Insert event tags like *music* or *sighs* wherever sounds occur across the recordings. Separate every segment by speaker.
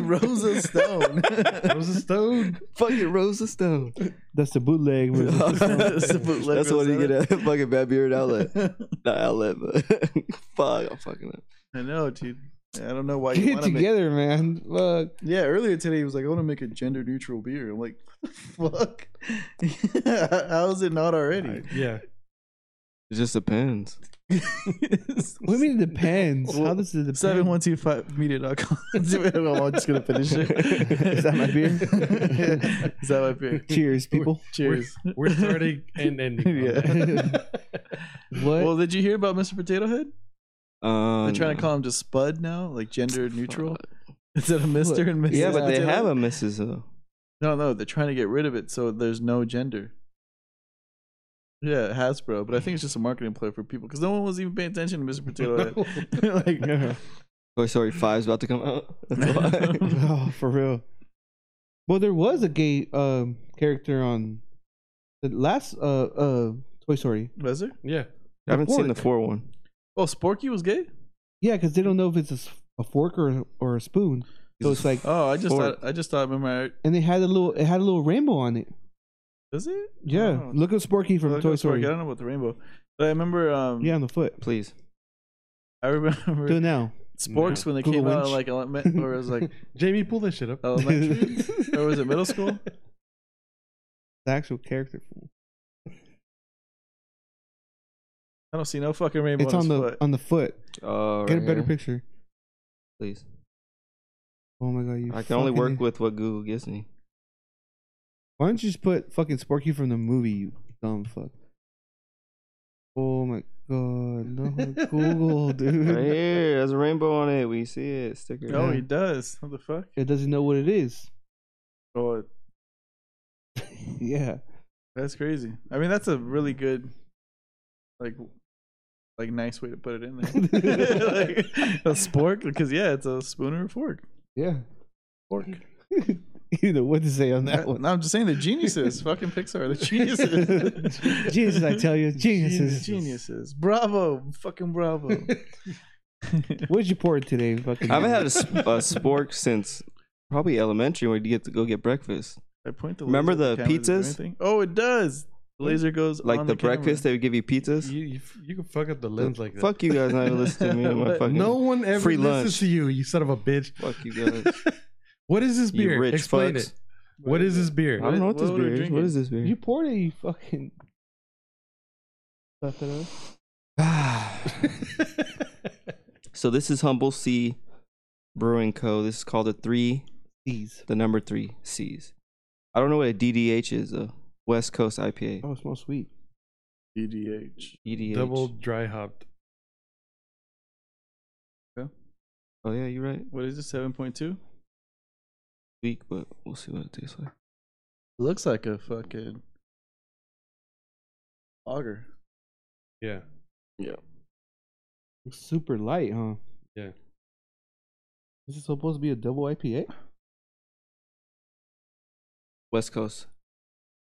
Speaker 1: Rosa Stone.
Speaker 2: Rosa Stone.
Speaker 3: fucking Rosa Stone.
Speaker 4: That's the bootleg. version.
Speaker 1: That's the bootleg
Speaker 3: That's what you
Speaker 1: Rosetta.
Speaker 3: get at fucking Bad
Speaker 1: *laughs*
Speaker 3: Beard Outlet. Not outlet, but *laughs* fuck, I'm fucking up.
Speaker 1: I know, dude. I don't know why you
Speaker 4: Get
Speaker 1: want
Speaker 4: it
Speaker 1: to make.
Speaker 4: together, man. Fuck.
Speaker 1: Yeah, earlier today he was like, "I want to make a gender neutral beer." I'm like, "What the fuck? *laughs* How is it not already?"
Speaker 2: Yeah.
Speaker 3: It just depends.
Speaker 4: What do you mean it depends? How does it depend?
Speaker 1: *laughs* Seven one two five media.com. I'm just gonna finish it.
Speaker 4: Is that my beer?
Speaker 1: *laughs* Is that my beer?
Speaker 4: Cheers, people.
Speaker 1: Cheers.
Speaker 2: We're starting and ending. on that.
Speaker 1: yeah.
Speaker 4: *laughs*
Speaker 1: *laughs*
Speaker 4: What?
Speaker 1: well, did you hear about Mr. Potato Head?
Speaker 3: Um,
Speaker 1: They're trying to call him just Spud now, like gender neutral. *laughs* Instead of Mister and Mrs.
Speaker 3: Yeah, but they
Speaker 1: Potato
Speaker 3: have
Speaker 1: Head.
Speaker 3: a Mrs. though.
Speaker 1: No, no, they're trying to get rid of it so there's no gender. Yeah, Hasbro, but I think it's just a marketing play for people because no one was even paying attention to Mr.
Speaker 2: *laughs*
Speaker 1: Potato
Speaker 4: *laughs*
Speaker 1: Head. like,
Speaker 3: Toy Story Oh, Five's about to come out. *laughs* That's
Speaker 1: *laughs*
Speaker 3: why.
Speaker 4: oh, for real. Well, there was a gay um, character on the last uh, uh, Toy Story.
Speaker 1: was there?
Speaker 2: Yeah.
Speaker 3: I haven't seen the
Speaker 4: fork.
Speaker 3: four one.
Speaker 1: Oh, Sporky was gay.
Speaker 4: Yeah, because they don't know if it's a, s- a fork or or a spoon. So it's like,
Speaker 1: Oh, I just
Speaker 3: Or-
Speaker 1: thought I just thought remember.
Speaker 4: and they had a little, it had a little rainbow on it.
Speaker 1: Does it?
Speaker 4: Yeah,
Speaker 1: Oh.
Speaker 4: look at Sporky from
Speaker 1: Look
Speaker 4: Toy
Speaker 1: up Sporky.
Speaker 4: Story.
Speaker 1: I don't know about the rainbow, but I remember. Um,
Speaker 4: Yeah, on the foot.
Speaker 3: please.
Speaker 1: I remember
Speaker 4: Do it now.
Speaker 1: *laughs* Sporks when they
Speaker 4: Google
Speaker 1: came out
Speaker 4: Winch.
Speaker 1: like element, or it
Speaker 4: *laughs*
Speaker 1: was like
Speaker 2: Jamie, pull that shit up.
Speaker 1: elementary, or was it middle school?
Speaker 4: The actual character.
Speaker 1: I don't see no fucking rainbow.
Speaker 4: It's on the on the foot.
Speaker 3: Uh,
Speaker 4: Get a
Speaker 3: right
Speaker 4: better
Speaker 3: here.
Speaker 4: picture.
Speaker 3: please.
Speaker 4: Oh my god, you.
Speaker 3: I can only
Speaker 4: fucking-
Speaker 3: work with what Google
Speaker 4: *laughs*
Speaker 3: gives me.
Speaker 4: Why don't you just put fucking Sporky from the movie, you dumb fuck? Oh my god, no
Speaker 1: *laughs*
Speaker 4: Google, dude.
Speaker 3: Right here, there's a rainbow on it. We see it. Sticker.
Speaker 1: oh,
Speaker 4: yeah.
Speaker 1: he does. What the fuck?
Speaker 4: It doesn't know what it is. *laughs*
Speaker 1: Oh,
Speaker 4: Yeah,
Speaker 1: that's crazy. I mean, that's a really good, like, like nice way to put it in
Speaker 2: *laughs*
Speaker 1: there. *laughs* like, a spork, because yeah, it's a spoon or a fork.
Speaker 4: yeah.
Speaker 1: Fork.
Speaker 4: *laughs* you know what to say on that one.
Speaker 1: No, I'm just saying the
Speaker 2: *laughs*
Speaker 1: geniuses. fucking Pixar, the geniuses.
Speaker 4: Jesus, I
Speaker 1: *laughs*
Speaker 4: tell you, geniuses.
Speaker 1: Geniuses. Bravo. Fucking bravo.
Speaker 2: *laughs*
Speaker 4: What did you pour today? Fucking.
Speaker 3: I haven't had a, sp- a spork since probably elementary, where you get to go get breakfast.
Speaker 1: I point the
Speaker 3: Remember
Speaker 1: laser
Speaker 3: the
Speaker 1: at camera, does it do
Speaker 3: pizzas?
Speaker 1: anything? Oh, it does. The laser goes
Speaker 3: Like
Speaker 1: on
Speaker 3: the,
Speaker 1: the, camera.
Speaker 3: breakfast, they would give you pizzas.
Speaker 2: You, you, you can fuck up the lens like that.
Speaker 3: Fuck you guys, not even listening
Speaker 4: *laughs*
Speaker 3: to me. and My
Speaker 1: What?
Speaker 3: fucking,
Speaker 2: No one ever
Speaker 3: Free
Speaker 2: listens
Speaker 3: lunch.
Speaker 2: to you, Oh, you son of a bitch.
Speaker 3: Fuck you guys.
Speaker 2: What is this
Speaker 3: You
Speaker 2: beer?
Speaker 3: rich
Speaker 2: Explain
Speaker 3: fucks.
Speaker 2: it. What is this beer?
Speaker 3: I don't know what this
Speaker 1: What are we
Speaker 3: beer is. What
Speaker 1: drinking?
Speaker 3: is this beer?
Speaker 4: You poured it. You fucking. Stuff it up.
Speaker 3: so this is Humble C Brewing Co. This is called the three,
Speaker 4: These.
Speaker 3: the number three C's. I don't know what a DDH is. A West Coast IPA.
Speaker 4: Oh, it smells sweet.
Speaker 1: DDH.
Speaker 3: DDH.
Speaker 2: Double dry hopped.
Speaker 3: Oh yeah, you're right.
Speaker 1: What is it? Seven point two.
Speaker 3: Weak, but we'll see what it tastes like.
Speaker 1: Looks like a fucking auger.
Speaker 2: Yeah.
Speaker 4: It's super light, huh?
Speaker 2: Yeah.
Speaker 4: This is supposed to be a double IPA.
Speaker 3: West Coast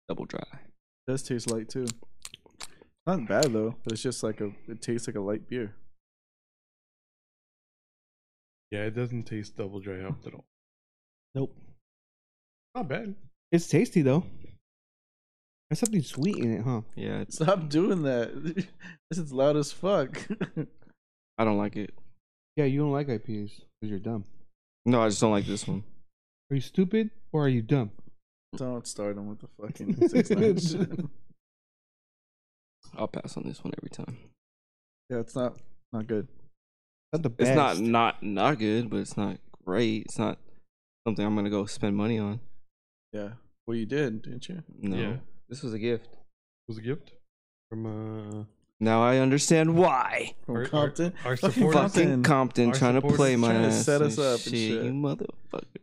Speaker 3: Double Dry.
Speaker 1: does taste light too. Not bad though. But it's just like a. It tastes like a light beer. *laughs*
Speaker 2: Yeah, it doesn't taste double dry hopped at all.
Speaker 4: Nope.
Speaker 2: Not bad.
Speaker 4: It's tasty though. There's something sweet in it, huh?
Speaker 3: Yeah, it's,
Speaker 1: Stop doing that. *laughs* This is loud as fuck. *laughs*
Speaker 3: I don't like it.
Speaker 4: Yeah, you don't like IPAs because you're dumb.
Speaker 3: No, I just don't like this one.
Speaker 4: Are you stupid or are you dumb?
Speaker 1: Don't start them with the
Speaker 4: *laughs*
Speaker 1: fucking six nine shit.
Speaker 3: I'll pass on this one every time.
Speaker 1: Yeah, it's not not good.
Speaker 4: Not the
Speaker 3: It's
Speaker 4: best.
Speaker 3: not not not good, but it's not great. It's not something I'm gonna go spend money on.
Speaker 1: Yeah. Well, you did, didn't you?
Speaker 3: No,
Speaker 2: Yeah. It
Speaker 3: this was a gift.
Speaker 2: was a gift from uh
Speaker 3: Now I understand why.
Speaker 1: From
Speaker 2: Our- our-
Speaker 1: Compton.
Speaker 2: our
Speaker 1: Fucking
Speaker 2: supporters-
Speaker 1: Compton.
Speaker 3: Fucking Compton
Speaker 2: Our
Speaker 3: trying to
Speaker 2: supporters
Speaker 3: play my
Speaker 1: trying to
Speaker 3: ass
Speaker 1: set us
Speaker 3: and
Speaker 1: up and shit.
Speaker 3: you motherfucker.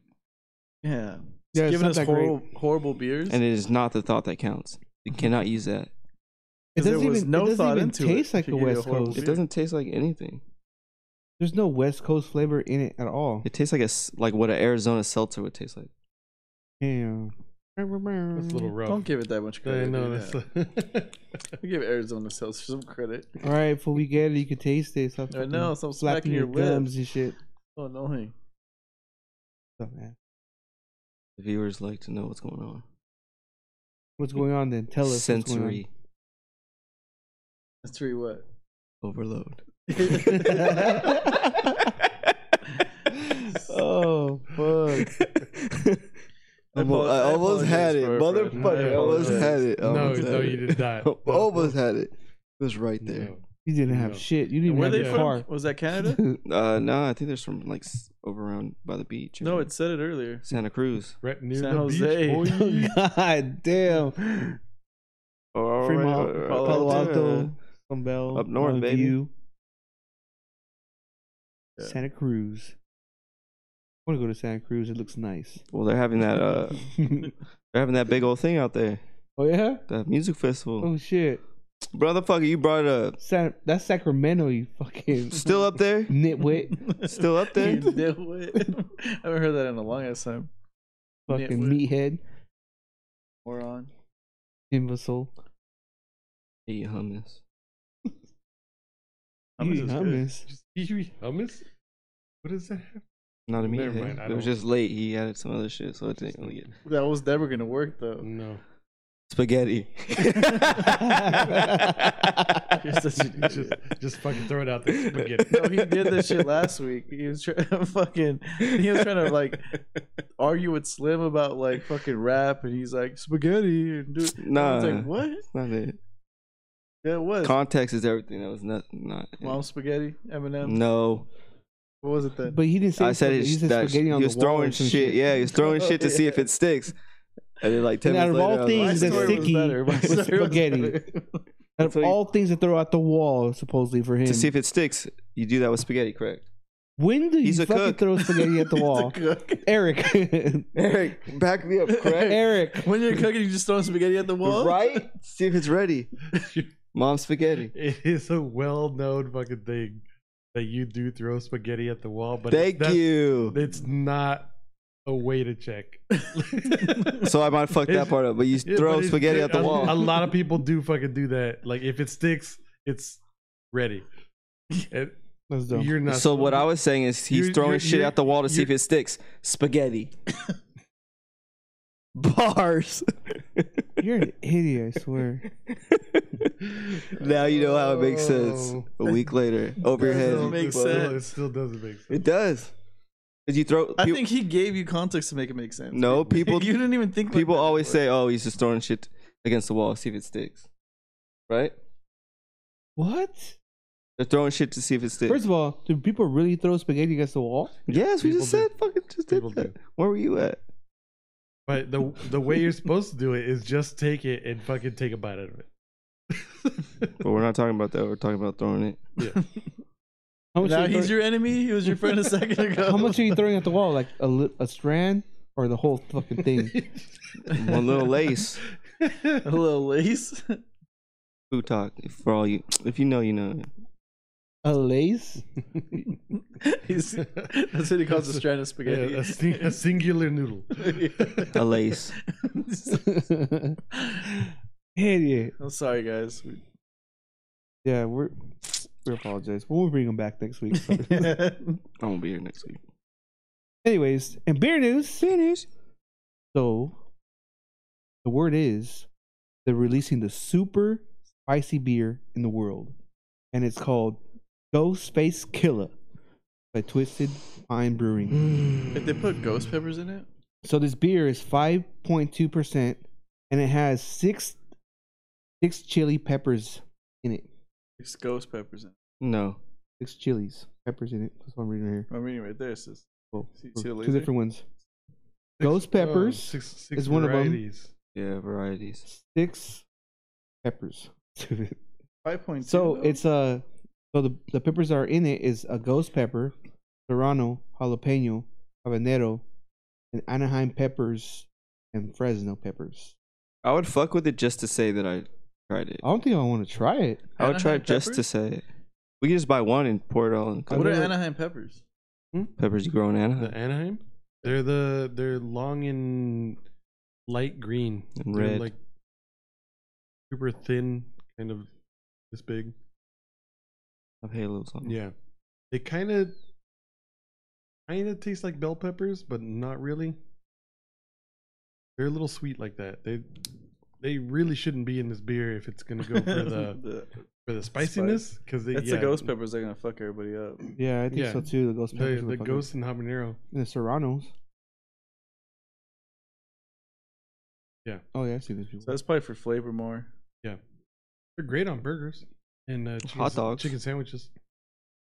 Speaker 1: Yeah. Just
Speaker 4: Yeah, it's
Speaker 1: giving
Speaker 4: not
Speaker 1: us
Speaker 4: that great.
Speaker 1: horrible, horrible beers.
Speaker 3: And it is not the thought that counts. You cannot use
Speaker 4: It
Speaker 3: that.
Speaker 1: 'Cause there
Speaker 4: doesn't
Speaker 1: was
Speaker 4: even,
Speaker 1: no
Speaker 4: it doesn't
Speaker 1: thought
Speaker 4: even
Speaker 1: into it
Speaker 4: taste like
Speaker 1: to
Speaker 4: a
Speaker 1: give you a
Speaker 4: West
Speaker 1: horrible
Speaker 4: Coast.
Speaker 3: It doesn't taste like anything.
Speaker 4: There's no West Coast flavor in it at all.
Speaker 3: It tastes like a s- like what an Arizona seltzer would taste like.
Speaker 4: Damn.
Speaker 2: That's a little rough.
Speaker 1: Don't give it that much
Speaker 2: I
Speaker 1: credit.
Speaker 2: know
Speaker 1: dude.
Speaker 2: that's
Speaker 1: Yeah.
Speaker 2: *laughs*
Speaker 1: We give Arizona Sales some credit.
Speaker 4: All right, before we get it, you can taste it. Stop
Speaker 1: I know,
Speaker 4: fucking
Speaker 1: stop smacking
Speaker 4: slapping
Speaker 1: your
Speaker 4: your
Speaker 1: lip.
Speaker 4: gums and shit.
Speaker 1: So annoying.
Speaker 4: Dumbass.
Speaker 3: The viewers like to know what's going on.
Speaker 4: What's going on then? Tell us. what's going on.
Speaker 3: Sensory
Speaker 1: That's three
Speaker 3: *laughs*
Speaker 1: what?
Speaker 3: overload.
Speaker 4: Oh fuck!
Speaker 2: *laughs*
Speaker 1: I
Speaker 3: Almo-
Speaker 1: apo-
Speaker 3: I
Speaker 1: I
Speaker 3: almost
Speaker 1: apologize
Speaker 3: had it,
Speaker 1: for- for-
Speaker 3: motherfucker.
Speaker 2: I
Speaker 3: I almost
Speaker 2: apologize.
Speaker 3: had it. I
Speaker 2: No,
Speaker 3: almost
Speaker 2: no,
Speaker 3: had
Speaker 2: you
Speaker 3: it.
Speaker 2: did not.
Speaker 3: Al- *laughs*
Speaker 2: No.
Speaker 3: Almost had it. It was right there.
Speaker 2: No.
Speaker 4: You didn't have
Speaker 2: No.
Speaker 4: shit. You didn't
Speaker 1: Where
Speaker 4: even
Speaker 1: they
Speaker 4: have a
Speaker 1: from?
Speaker 4: car.
Speaker 1: Was that *laughs* Canada?
Speaker 3: Uh, no, I think there's from like s- over around by the beach.
Speaker 1: no,
Speaker 3: or
Speaker 1: it said it earlier.
Speaker 3: Santa Cruz.
Speaker 2: Right near
Speaker 1: San
Speaker 2: the
Speaker 1: Jose.
Speaker 2: beach, boy.
Speaker 4: *laughs* God damn!
Speaker 3: Oh,
Speaker 4: Fremont, Palo Alto, Sunbelt,
Speaker 3: Up north, baby.
Speaker 4: Longview,
Speaker 1: Yeah.
Speaker 4: Santa Cruz. I want to go to Santa Cruz. It looks
Speaker 3: *laughs*
Speaker 4: nice.
Speaker 3: Well, they're having that. Uh, they're having that big old thing out there.
Speaker 4: oh yeah!
Speaker 3: That music
Speaker 2: Mm.
Speaker 3: festival.
Speaker 4: Oh shit!
Speaker 3: Brotherfucker, you brought it up.
Speaker 4: San- that's Sacramento. You fucking
Speaker 3: *laughs*
Speaker 2: Mm-hmm.
Speaker 3: Still up
Speaker 2: *laughs*
Speaker 3: there?
Speaker 4: nitwit.
Speaker 1: *laughs*
Speaker 3: Still up there?
Speaker 1: You know it. *laughs* I haven't heard that in a long ass time.
Speaker 4: fucking
Speaker 1: Nitwit.
Speaker 4: meathead.
Speaker 1: Moron.
Speaker 4: Imbecile.
Speaker 3: Eat hummus.
Speaker 1: Hummus
Speaker 4: You
Speaker 1: is good.
Speaker 4: hummus.
Speaker 2: Just eat your hummus. What does that have?
Speaker 3: Not a meat.
Speaker 2: Never mind, I
Speaker 3: It was
Speaker 2: don't-
Speaker 3: just late. He added some other shit, so I didn't really get
Speaker 1: That was never gonna work
Speaker 3: Mm.
Speaker 1: though.
Speaker 3: *laughs*
Speaker 2: No.
Speaker 3: spaghetti. *laughs*
Speaker 1: You're such an
Speaker 2: just,
Speaker 1: idiot.
Speaker 2: just fucking throw it out
Speaker 3: *laughs*
Speaker 2: there. Spaghetti.
Speaker 1: *laughs* No, he did this shit last week. He was trying to *laughs* fucking he was trying to like argue with Slim about like fucking rap and he's like spaghetti and do it. I
Speaker 3: Nah,
Speaker 1: was like, what?
Speaker 3: that's not it.
Speaker 1: Yeah, it was.
Speaker 3: Context is everything. That was not not. it.
Speaker 1: Mom spaghetti, Eminem.
Speaker 3: No,
Speaker 1: What was it then?
Speaker 4: But he didn't say.
Speaker 3: I said
Speaker 4: spaghetti.
Speaker 3: it's
Speaker 4: He said
Speaker 3: that
Speaker 4: spaghetti
Speaker 3: he
Speaker 4: on
Speaker 3: was
Speaker 4: the wall or
Speaker 3: throwing
Speaker 4: some
Speaker 3: shit. Yeah, he was throwing shit to see if it sticks. And then like ten
Speaker 4: And out of
Speaker 3: minutes
Speaker 4: all
Speaker 3: later, I was
Speaker 1: My
Speaker 4: things,
Speaker 3: like,
Speaker 4: that's
Speaker 1: story was
Speaker 4: sticky
Speaker 1: better. My
Speaker 4: was
Speaker 1: story was
Speaker 4: spaghetti.
Speaker 1: better.
Speaker 4: Out of
Speaker 3: So you-
Speaker 4: all things to throw out the wall, supposedly for him.
Speaker 3: to see if it sticks. You do that with spaghetti, correct? *laughs*
Speaker 4: when do you
Speaker 3: He's a
Speaker 4: fucking
Speaker 3: cook.
Speaker 4: throw spaghetti at the
Speaker 3: *laughs*
Speaker 1: He's a *laughs*
Speaker 4: wall?
Speaker 1: cook.
Speaker 4: Eric. *laughs*
Speaker 3: Eric, back me up, correct?
Speaker 4: Eric.
Speaker 1: When you're cooking, you just throw spaghetti at the wall.
Speaker 3: right? See if it's ready. Mom spaghetti.
Speaker 2: It is a well-known fucking thing that you do throw spaghetti at the wall, but
Speaker 3: Thank
Speaker 2: it's,
Speaker 3: you.
Speaker 2: That, it's not a way to
Speaker 1: *laughs*
Speaker 2: check.
Speaker 3: so I might fuck that
Speaker 2: It's-
Speaker 3: part up, but you
Speaker 2: Yeah,
Speaker 3: throw
Speaker 2: but it-
Speaker 3: spaghetti at the
Speaker 2: a- A
Speaker 3: wall.
Speaker 2: lot of people do fucking do that. Like if it sticks, it's ready. *laughs* And
Speaker 4: That's dumb.
Speaker 2: you're not.
Speaker 3: So what I was saying is he's
Speaker 2: You're-
Speaker 3: throwing
Speaker 2: you're-
Speaker 3: shit
Speaker 2: you're-
Speaker 3: at the wall to see if
Speaker 2: you're-
Speaker 3: it sticks. Spaghetti. Bars.
Speaker 4: You're an idiot, I swear.
Speaker 3: *laughs*
Speaker 1: *laughs*
Speaker 3: now you know how it makes sense.
Speaker 2: Oh.
Speaker 3: A week later, over your
Speaker 1: Doesn't
Speaker 3: head.
Speaker 1: make
Speaker 2: it still-
Speaker 1: sense.
Speaker 2: It still doesn't make sense.
Speaker 3: It does. Did you throw?
Speaker 1: I
Speaker 3: peop-
Speaker 1: think he gave you context to make it make sense.
Speaker 3: no people.
Speaker 1: you didn't even think. like
Speaker 3: people
Speaker 1: that
Speaker 3: always
Speaker 1: before.
Speaker 3: say, "Oh, he's just throwing shit against the wall, see if it sticks." Right?
Speaker 4: What?
Speaker 3: They're throwing shit to see if it sticks.
Speaker 4: First of all, do people really throw spaghetti against the wall?
Speaker 3: yes, we
Speaker 2: people
Speaker 3: just
Speaker 2: do.
Speaker 3: said fucking just did
Speaker 2: People
Speaker 3: that.
Speaker 2: do.
Speaker 3: Where were you at?
Speaker 2: But the the way you're supposed to do it is just take it and fucking take a bite out of it.
Speaker 3: But we're not talking about that. We're talking about throwing it.
Speaker 4: How much,
Speaker 1: Now
Speaker 4: are you
Speaker 1: he's
Speaker 4: throwing,
Speaker 1: your enemy. He was your friend a second ago. *laughs*
Speaker 4: how much are you throwing at the wall? Like a, li- a strand or the whole fucking thing?
Speaker 3: One little lace.
Speaker 1: A little lace. *laughs*
Speaker 3: Food talk for all you. If you know, you know.
Speaker 1: *laughs*
Speaker 4: A lace?
Speaker 1: He's, *laughs* that's what he calls a strand of
Speaker 2: Yeah,
Speaker 1: spaghetti.
Speaker 2: a, sing- a
Speaker 1: *laughs*
Speaker 2: singular noodle.
Speaker 3: A lace.
Speaker 4: idiot.
Speaker 1: I'm sorry, guys.
Speaker 4: Yeah, we're we apologize. We'll bring him back next week.
Speaker 3: I won't be here next week.
Speaker 4: Anyways, and beer news. Beer news. So, the word is they're releasing the super spicy beer in the world, and it's called Ghost Space Killer by Twisted Pine Brewing.
Speaker 1: If they put ghost peppers in it,
Speaker 4: So this beer is five point two percent, and it has six six chili peppers in it.
Speaker 1: it's ghost peppers in it.
Speaker 3: No.
Speaker 4: Six chilies peppers in it. That's what I'm reading right here.
Speaker 1: I'm reading right there. It says
Speaker 4: Well,
Speaker 1: See- see the
Speaker 4: two
Speaker 1: laser?
Speaker 4: different ones. Ghost peppers
Speaker 2: Oh, six- six
Speaker 4: is one of 'em.
Speaker 2: varieties.
Speaker 3: Yeah, varieties.
Speaker 4: Six peppers. *laughs* Stupid.
Speaker 1: 5.2.
Speaker 4: So
Speaker 1: though.
Speaker 4: it's uh, so the the peppers are in it is a ghost pepper, serrano, jalapeno, habanero, and Anaheim peppers and Fresno peppers.
Speaker 3: I would fuck with it just to say that I tried it.
Speaker 4: I don't think I want to try it.
Speaker 3: I would try
Speaker 1: Anaheim
Speaker 3: it just to
Speaker 1: peppers?
Speaker 3: say it. We can just buy one and pour it all in.
Speaker 1: What are
Speaker 4: never-
Speaker 1: Anaheim peppers?
Speaker 3: Peppers you grow in Anaheim.
Speaker 2: The Anaheim? They're the they're long and light green.
Speaker 3: And
Speaker 2: They're
Speaker 3: red.
Speaker 2: like super thin, kind of this big.
Speaker 3: Of Halo something.
Speaker 2: Yeah. They kind of kind of tastes like bell peppers, but not really. They're a little sweet like that. They they really shouldn't be in this beer if it's gonna
Speaker 1: *laughs*
Speaker 2: go for the for the spiciness because
Speaker 1: it's
Speaker 2: yeah,
Speaker 1: the ghost peppers that are gonna fuck everybody up.
Speaker 4: Yeah, I think
Speaker 2: Yeah.
Speaker 4: so too. The ghost peppers,
Speaker 2: The,
Speaker 4: and
Speaker 2: the
Speaker 4: fucking-
Speaker 2: ghost and habanero.
Speaker 4: and the serranos.
Speaker 2: Yeah.
Speaker 4: Oh yeah, I've seen these people.
Speaker 1: So that's probably for flavor more.
Speaker 2: They're great on burgers and uh, chicken,
Speaker 3: Hot
Speaker 2: sa-
Speaker 3: dogs.
Speaker 2: chicken sandwiches.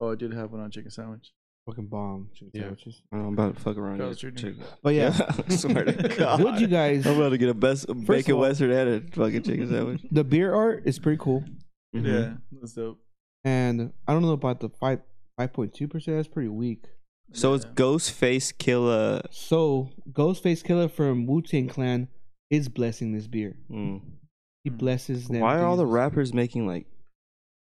Speaker 1: Oh, I did have one on chicken sandwich.
Speaker 4: fucking bomb chicken
Speaker 2: Yeah.
Speaker 4: sandwiches.
Speaker 3: I know, I'm about to fuck around.
Speaker 1: Ghost
Speaker 3: here.
Speaker 1: chicken.
Speaker 3: Check-
Speaker 1: *laughs*
Speaker 4: But yeah,
Speaker 3: *laughs* I swear to God.
Speaker 4: would you guys?
Speaker 3: I'm about to get a best bacon
Speaker 4: all-
Speaker 3: western and a fucking chicken sandwich.
Speaker 4: The beer art is pretty cool,
Speaker 3: Mhm.
Speaker 1: Yeah, that's dope.
Speaker 4: and I don't know about the five five point two percent. That's pretty weak.
Speaker 3: So it's
Speaker 1: Yeah.
Speaker 3: Ghostface Killer.
Speaker 4: So Ghostface Killer from Wu Tang Clan is blessing this beer.
Speaker 3: Mm.
Speaker 4: He
Speaker 1: Hmm.
Speaker 4: blesses them.
Speaker 3: Why are all the
Speaker 4: beers.
Speaker 3: rappers making like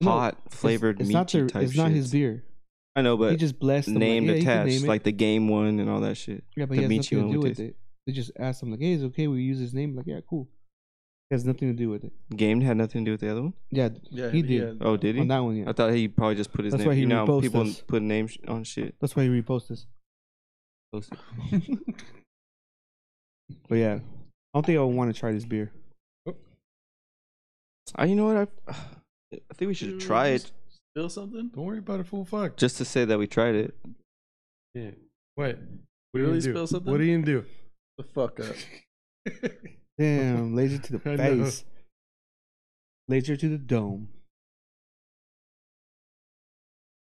Speaker 4: No,
Speaker 3: hot flavored
Speaker 4: It's, it's
Speaker 3: meat
Speaker 4: not
Speaker 3: type
Speaker 4: their,
Speaker 3: shit?
Speaker 4: It's not his beer.
Speaker 3: I know,
Speaker 4: he
Speaker 3: but
Speaker 4: just blessed them,
Speaker 3: name
Speaker 4: like, yeah, you can
Speaker 3: attached,
Speaker 4: name it.
Speaker 3: like the game one and all that shit.
Speaker 4: Yeah, but
Speaker 3: The
Speaker 4: he has
Speaker 3: meat
Speaker 4: nothing
Speaker 3: you
Speaker 4: to
Speaker 3: own
Speaker 4: do
Speaker 3: with
Speaker 4: with
Speaker 3: this.
Speaker 4: it. They just asked him like, "Hey, it's okay. We use his name." Like, yeah, cool. It has nothing to do with it.
Speaker 3: Game had nothing to do with the other one.
Speaker 4: Yeah,
Speaker 1: Yeah,
Speaker 4: He did.
Speaker 1: yeah.
Speaker 3: Oh, did he?
Speaker 4: on that one. Yeah,
Speaker 3: I thought he probably just put his
Speaker 4: That's
Speaker 3: name.
Speaker 4: why he
Speaker 3: you know, how
Speaker 4: reposts
Speaker 3: people
Speaker 4: us.
Speaker 3: put names sh- on shit.
Speaker 4: that's why he reposted this.
Speaker 3: Post it.
Speaker 4: *laughs* But yeah, I don't think I would want to try this beer.
Speaker 3: I, Uh, you know what? I, *sighs* I think we should try it
Speaker 1: Feel something?
Speaker 2: Don't worry about it, fool. Fuck.
Speaker 3: just to say that we tried it.
Speaker 2: Yeah. What? What
Speaker 1: Really
Speaker 2: you gonna do?
Speaker 1: spill something?
Speaker 2: What are you gonna
Speaker 1: The fuck up.
Speaker 2: do?
Speaker 3: *laughs*
Speaker 4: Damn, laser to the
Speaker 2: I know.
Speaker 4: face, laser to the dome.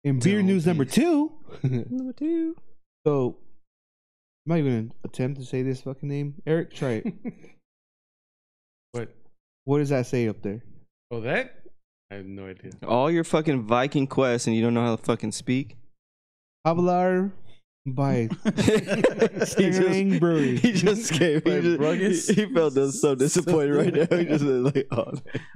Speaker 4: In beer
Speaker 3: Dome
Speaker 4: news number
Speaker 3: piece.
Speaker 4: two,
Speaker 3: *laughs* Number two.
Speaker 4: so I'm not even gonna attempt to say this fucking name. Eric, try
Speaker 3: *laughs*
Speaker 4: it.
Speaker 2: *laughs* what?
Speaker 4: what does that say up there?
Speaker 2: Oh, that? I have no idea.
Speaker 3: All your fucking Viking quests and you don't know how to fucking speak. *laughs*
Speaker 4: Hablar by
Speaker 3: he,
Speaker 4: Sterling Brewery.
Speaker 3: he just gave. He,
Speaker 1: Like Ruggers?
Speaker 3: just, he, he felt
Speaker 4: *laughs*
Speaker 3: just so disappointed right now. He just was like, oh,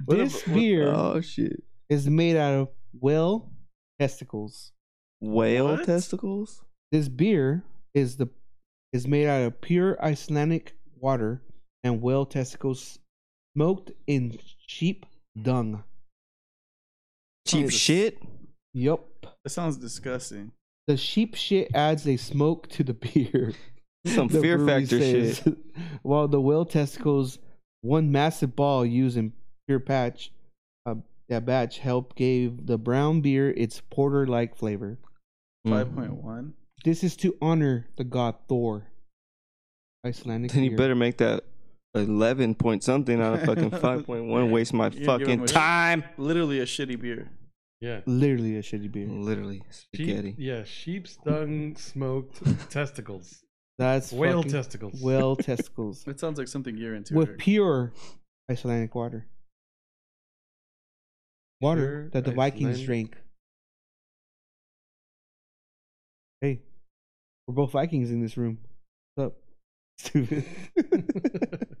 Speaker 4: this beer
Speaker 3: oh shit.
Speaker 4: is made out of whale testicles.
Speaker 3: Whale
Speaker 1: What?
Speaker 3: testicles.
Speaker 4: This beer is the is made out of pure Icelandic water and whale testicles smoked in sheep dung.
Speaker 3: Cheap
Speaker 1: Jesus.
Speaker 3: shit.
Speaker 4: Yup.
Speaker 1: That sounds disgusting.
Speaker 4: The sheep shit adds a smoke to the *laughs* beer.
Speaker 3: Some
Speaker 4: the
Speaker 3: fear
Speaker 4: brewery *laughs*
Speaker 3: factor
Speaker 4: says.
Speaker 3: shit.
Speaker 4: While the whale testicles, one massive ball used in pure patch, uh, that batch help gave the brown beer its porter-like flavor.
Speaker 3: Mm-hmm.
Speaker 1: Five point one.
Speaker 4: This is to honor the god Thor. Icelandic.
Speaker 3: Then you
Speaker 4: beer.
Speaker 3: better make that eleven point something out of
Speaker 4: *laughs*
Speaker 3: fucking five point one. Waste my
Speaker 1: give him
Speaker 3: fucking
Speaker 1: a-
Speaker 3: time.
Speaker 1: Literally a shitty beer.
Speaker 4: *laughs*
Speaker 2: Yeah.
Speaker 4: Literally a shitty beer.
Speaker 3: Literally
Speaker 2: Sheep,
Speaker 3: spaghetti.
Speaker 2: yeah, sheep's
Speaker 4: *laughs*
Speaker 2: dung smoked testicles.
Speaker 4: That's
Speaker 2: Whale
Speaker 4: fucking
Speaker 2: testicles.
Speaker 4: Whale testicles
Speaker 1: It sounds like something you're into.
Speaker 4: with
Speaker 1: Eric.
Speaker 4: pure Icelandic water. Water
Speaker 2: Pure
Speaker 4: that the Vikings
Speaker 2: Icelandic-
Speaker 4: drank. Hey, we're both Vikings in this room. What's up? *laughs* Stupid.
Speaker 2: That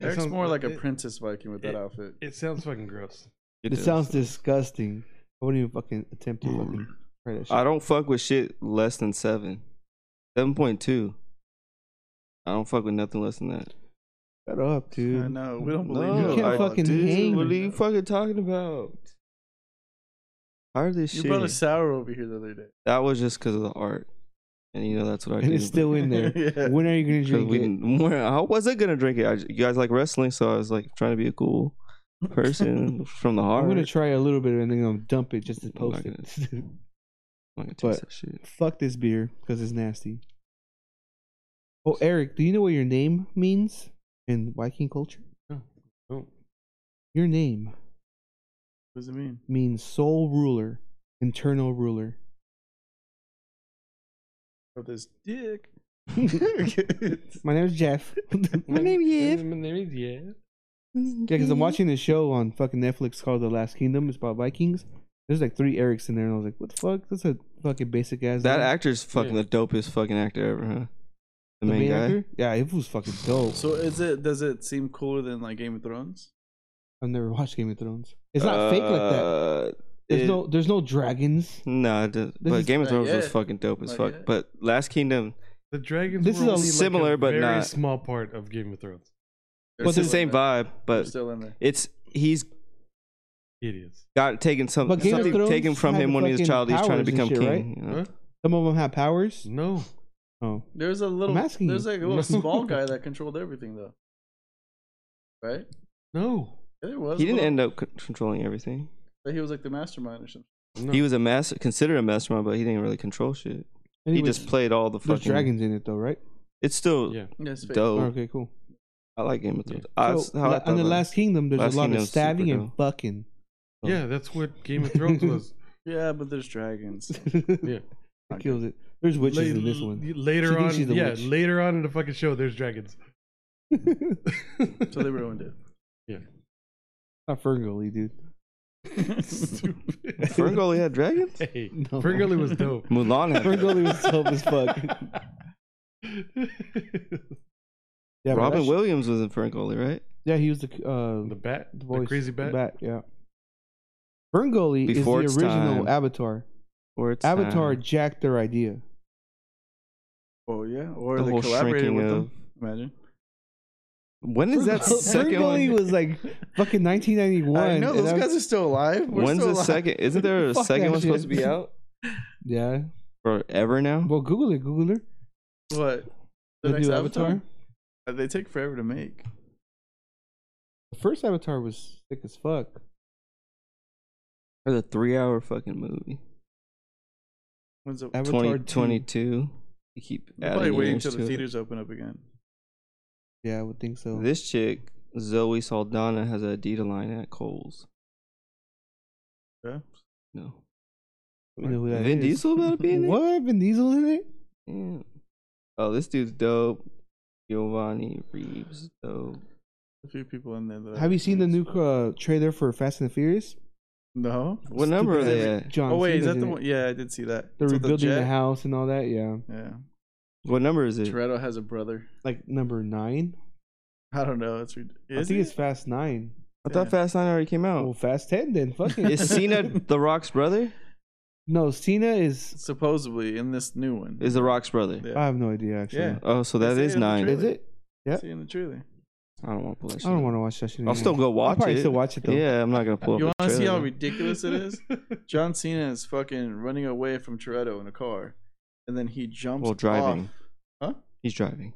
Speaker 1: Eric's
Speaker 2: sounds-
Speaker 1: more like a
Speaker 2: it-
Speaker 1: princess Viking with that
Speaker 2: it-
Speaker 1: outfit.
Speaker 2: It sounds fucking gross.
Speaker 3: It
Speaker 4: this
Speaker 3: does.
Speaker 4: sounds disgusting. I wouldn't even fucking attempt to fucking try that shit.
Speaker 3: I don't fuck with shit less than seven. Seven point two. I don't fuck with nothing less than that.
Speaker 4: Shut up,
Speaker 1: I
Speaker 4: dude.
Speaker 1: know. We don't believe
Speaker 3: No,
Speaker 1: you.
Speaker 4: You can't
Speaker 1: at all,
Speaker 4: fucking
Speaker 1: dude.
Speaker 4: hang.
Speaker 3: What are you fucking talking about? Tired of this
Speaker 1: You
Speaker 3: shit.
Speaker 1: brought a sour over here the other day.
Speaker 3: that was just because of the art, and you know that's what
Speaker 4: *laughs*
Speaker 3: I.
Speaker 4: And
Speaker 3: do, *laughs*
Speaker 4: it's still in there.
Speaker 1: Yeah.
Speaker 4: When are you gonna
Speaker 3: but- 'cause
Speaker 4: drink
Speaker 3: we
Speaker 4: it?
Speaker 3: didn't- *laughs* more- I wasn't gonna drink it. I, ju- you guys like wrestling, so I was like trying to be a cool
Speaker 4: *laughs*
Speaker 3: person from the heart.
Speaker 4: I'm gonna try a little bit and then I'm gonna dump it just to
Speaker 3: I'm not
Speaker 4: post *laughs*
Speaker 3: gonna-
Speaker 4: it.
Speaker 3: I'm not gonna
Speaker 4: but-
Speaker 3: taste that shit.
Speaker 4: Fuck this beer because it's nasty. Oh, Eric, do you know what your name means in Viking culture?
Speaker 2: Oh,
Speaker 4: Your name
Speaker 1: What does it mean?
Speaker 4: means sole ruler, internal ruler.
Speaker 1: Oh, this dick. *laughs*
Speaker 4: My name is Jeff. *laughs* My name is Jeff.
Speaker 2: My name is Yev.
Speaker 4: Yeah,
Speaker 3: *laughs*
Speaker 4: because I'm watching this show on fucking Netflix called The Last Kingdom. It's about Vikings. There's like three Erics in there, and I was like, what the fuck? That's a fucking basic ass.
Speaker 3: That
Speaker 4: name.
Speaker 3: actor's fucking
Speaker 2: Yeah.
Speaker 3: the dopest fucking actor ever, huh? The,
Speaker 4: The
Speaker 3: main,
Speaker 4: main
Speaker 3: guy.
Speaker 4: actor? Yeah, it was fucking dope.
Speaker 1: So is it? Does it seem cooler than like Game of Thrones?
Speaker 4: I've never *laughs* watched Game of Thrones. It's not fake like that.
Speaker 3: that.
Speaker 4: There's no, there's no dragons.
Speaker 3: No, Uh, it does- but
Speaker 4: is-
Speaker 3: Game of
Speaker 1: Not
Speaker 3: Thrones was
Speaker 1: yet.
Speaker 3: fucking dope as
Speaker 1: Not
Speaker 3: fuck.
Speaker 1: yet.
Speaker 3: But Last Kingdom,
Speaker 2: The dragons
Speaker 4: This
Speaker 2: this
Speaker 4: is a
Speaker 2: is
Speaker 3: similar, but
Speaker 2: very
Speaker 3: not-
Speaker 2: small part of Game of Thrones.
Speaker 1: They're
Speaker 3: it's the
Speaker 1: still in
Speaker 3: same
Speaker 1: there.
Speaker 3: vibe,
Speaker 1: They're
Speaker 3: but
Speaker 1: still in there.
Speaker 3: it's he's
Speaker 2: Idiots.
Speaker 3: got taken some
Speaker 4: But Game of
Speaker 3: something
Speaker 4: Thrones
Speaker 3: taken from
Speaker 4: had
Speaker 3: him when he was a
Speaker 4: fucking
Speaker 3: child. He's trying to
Speaker 4: powers and
Speaker 3: become
Speaker 4: shit,
Speaker 3: king. you know?
Speaker 2: Huh?
Speaker 4: Some of them have powers.
Speaker 2: No.
Speaker 4: Oh,
Speaker 1: There's a little.
Speaker 4: I'm asking
Speaker 1: There's
Speaker 4: you.
Speaker 1: like a little
Speaker 2: No.
Speaker 4: *laughs*
Speaker 1: small guy that controlled everything though. Right?
Speaker 2: No.
Speaker 1: Yeah, There was.
Speaker 3: He didn't
Speaker 1: little-
Speaker 3: end up c- controlling everything.
Speaker 1: but He was like the mastermind or something.
Speaker 2: No.
Speaker 3: He was a master, considered a mastermind, but he didn't really control shit. he
Speaker 4: Anyways,
Speaker 3: just played all the
Speaker 4: There's
Speaker 3: fucking
Speaker 4: dragons in it though, right?
Speaker 3: It's still
Speaker 2: Yeah.
Speaker 1: Yeah, it's fake.
Speaker 3: dope.
Speaker 4: Oh, okay, cool.
Speaker 3: I like Game of Thrones. Uh, I,
Speaker 4: So, la- on the Last Kingdom, there's
Speaker 3: Last
Speaker 4: a lot
Speaker 3: Kingdom's
Speaker 4: of stabbing
Speaker 3: super
Speaker 4: and
Speaker 3: dope.
Speaker 4: fucking. So,
Speaker 2: Yeah, that's what Game of Thrones
Speaker 4: *laughs*
Speaker 2: was.
Speaker 1: Yeah, but there's dragons.
Speaker 4: yeah, it kills it. There's witches
Speaker 2: La-
Speaker 4: in this one.
Speaker 2: Later
Speaker 4: She
Speaker 2: on,
Speaker 4: thinks she's a
Speaker 2: yeah,
Speaker 4: witch.
Speaker 2: later on in the fucking show,
Speaker 4: *laughs*
Speaker 2: there's dragons. *laughs*
Speaker 1: so they ruined it.
Speaker 4: Not Ferngully,
Speaker 3: *laughs*
Speaker 4: dude.
Speaker 2: Stupid.
Speaker 3: Ferngully
Speaker 4: *laughs*
Speaker 3: had dragons.
Speaker 2: Hey,
Speaker 4: No.
Speaker 2: Ferngully was
Speaker 4: *laughs*
Speaker 2: dope.
Speaker 3: Mulan had. dragons.
Speaker 4: Ferngully was dope as
Speaker 3: *laughs*
Speaker 4: fuck. Yeah, but
Speaker 3: Robin
Speaker 4: that sh-
Speaker 3: Williams was in Ferngully, right?
Speaker 4: Yeah, he was the uh,
Speaker 2: the bat, the,
Speaker 4: voice,
Speaker 2: crazy
Speaker 4: the
Speaker 2: bat.
Speaker 4: yeah. Ferngully is the
Speaker 3: Before it's
Speaker 4: original
Speaker 3: time.
Speaker 4: Avatar.
Speaker 3: Or it's uh,
Speaker 4: Avatar
Speaker 3: time.
Speaker 4: jacked their idea.
Speaker 1: Oh yeah, or
Speaker 3: The
Speaker 1: they
Speaker 3: whole
Speaker 1: collaborated
Speaker 3: shrinking
Speaker 1: with
Speaker 3: of.
Speaker 1: them. Imagine.
Speaker 3: When is that
Speaker 4: Ferngully
Speaker 3: second one?
Speaker 4: was like
Speaker 3: *laughs*
Speaker 4: fucking 1991.
Speaker 1: I know
Speaker 4: and
Speaker 1: those
Speaker 4: I'm-
Speaker 1: guys are still alive. We're
Speaker 3: When's
Speaker 1: still
Speaker 3: the
Speaker 1: alive.
Speaker 3: second?
Speaker 4: *laughs*
Speaker 3: Isn't there a
Speaker 4: Fuck that
Speaker 3: second one supposed to
Speaker 4: shit.
Speaker 3: be out
Speaker 4: *laughs* Yeah.
Speaker 3: forever now?
Speaker 4: Well, Google it, Googler.
Speaker 1: *laughs* What? The,
Speaker 4: The,
Speaker 1: next
Speaker 4: new
Speaker 1: Avatar?
Speaker 4: Avatar?
Speaker 1: Uh, They take forever to make.
Speaker 4: The first Avatar was sick as fuck.
Speaker 3: Or the three-hour fucking movie?
Speaker 1: When's the,
Speaker 4: Avatar
Speaker 3: Twenty
Speaker 4: 2.
Speaker 3: twenty-two. You keep
Speaker 1: they're probably
Speaker 3: adding
Speaker 1: waiting
Speaker 3: years
Speaker 1: until the
Speaker 3: to it.
Speaker 1: theaters open up again.
Speaker 4: Yeah, I would think so.
Speaker 3: This chick, Zoe Saldana, has a Adidas line at Kohl's.
Speaker 1: Yeah.
Speaker 3: No.
Speaker 4: We know who that
Speaker 3: Vin
Speaker 4: is.
Speaker 3: Diesel about to be in it?
Speaker 4: What? Vin Diesel in it?
Speaker 3: Yeah. Oh, this dude's dope. Giovanni Reeves, dope.
Speaker 1: A few people in there. That I
Speaker 4: Have you seen the
Speaker 1: recognize.
Speaker 4: new uh, trailer for Fast and the Furious?
Speaker 1: No.
Speaker 3: What number are
Speaker 4: Stupid
Speaker 3: they
Speaker 4: ass
Speaker 3: at?
Speaker 4: John
Speaker 1: oh wait, is
Speaker 4: Cena's
Speaker 1: that the
Speaker 4: in it.
Speaker 1: one? Yeah, I did see that.
Speaker 4: They're
Speaker 1: It's with
Speaker 4: rebuilding the,
Speaker 1: jet.
Speaker 4: house and all that. Yeah,
Speaker 1: Yeah.
Speaker 3: What number is it?
Speaker 1: Toretto has a brother. *laughs*
Speaker 4: like number nine.
Speaker 1: I don't know. It's. Rid-
Speaker 4: I
Speaker 1: is
Speaker 4: think
Speaker 1: it?
Speaker 4: it's Fast Nine.
Speaker 3: I thought
Speaker 1: Yeah.
Speaker 3: Fast 9 already came
Speaker 4: Well,
Speaker 3: out.
Speaker 4: Fast Ten then. *laughs* Fucking
Speaker 3: Is Cena The Rock's brother?
Speaker 4: no. Cena is.
Speaker 1: supposedly in this new one.
Speaker 3: Is The Rock's brother.
Speaker 1: Yeah.
Speaker 4: I have no idea actually.
Speaker 1: Yeah.
Speaker 3: Oh, so
Speaker 1: They
Speaker 3: that
Speaker 1: say
Speaker 3: is
Speaker 1: in the
Speaker 3: 9.
Speaker 1: trailer.
Speaker 4: Is it? Yeah.
Speaker 1: See in the trailer.
Speaker 3: I don't want to pull that shit.
Speaker 4: I don't want to watch that shit.
Speaker 3: I'll
Speaker 4: anymore.
Speaker 3: still go watch
Speaker 4: I'll probably
Speaker 3: it.
Speaker 4: still watch it though.
Speaker 3: Yeah, I'm not going to pull
Speaker 1: You
Speaker 3: up the
Speaker 1: want to see how
Speaker 3: trailer.
Speaker 1: ridiculous it is? John Cena is fucking running away from Toretto in a car, and then he jumps.
Speaker 3: Well, driving.
Speaker 1: off. Huh?
Speaker 3: He's driving.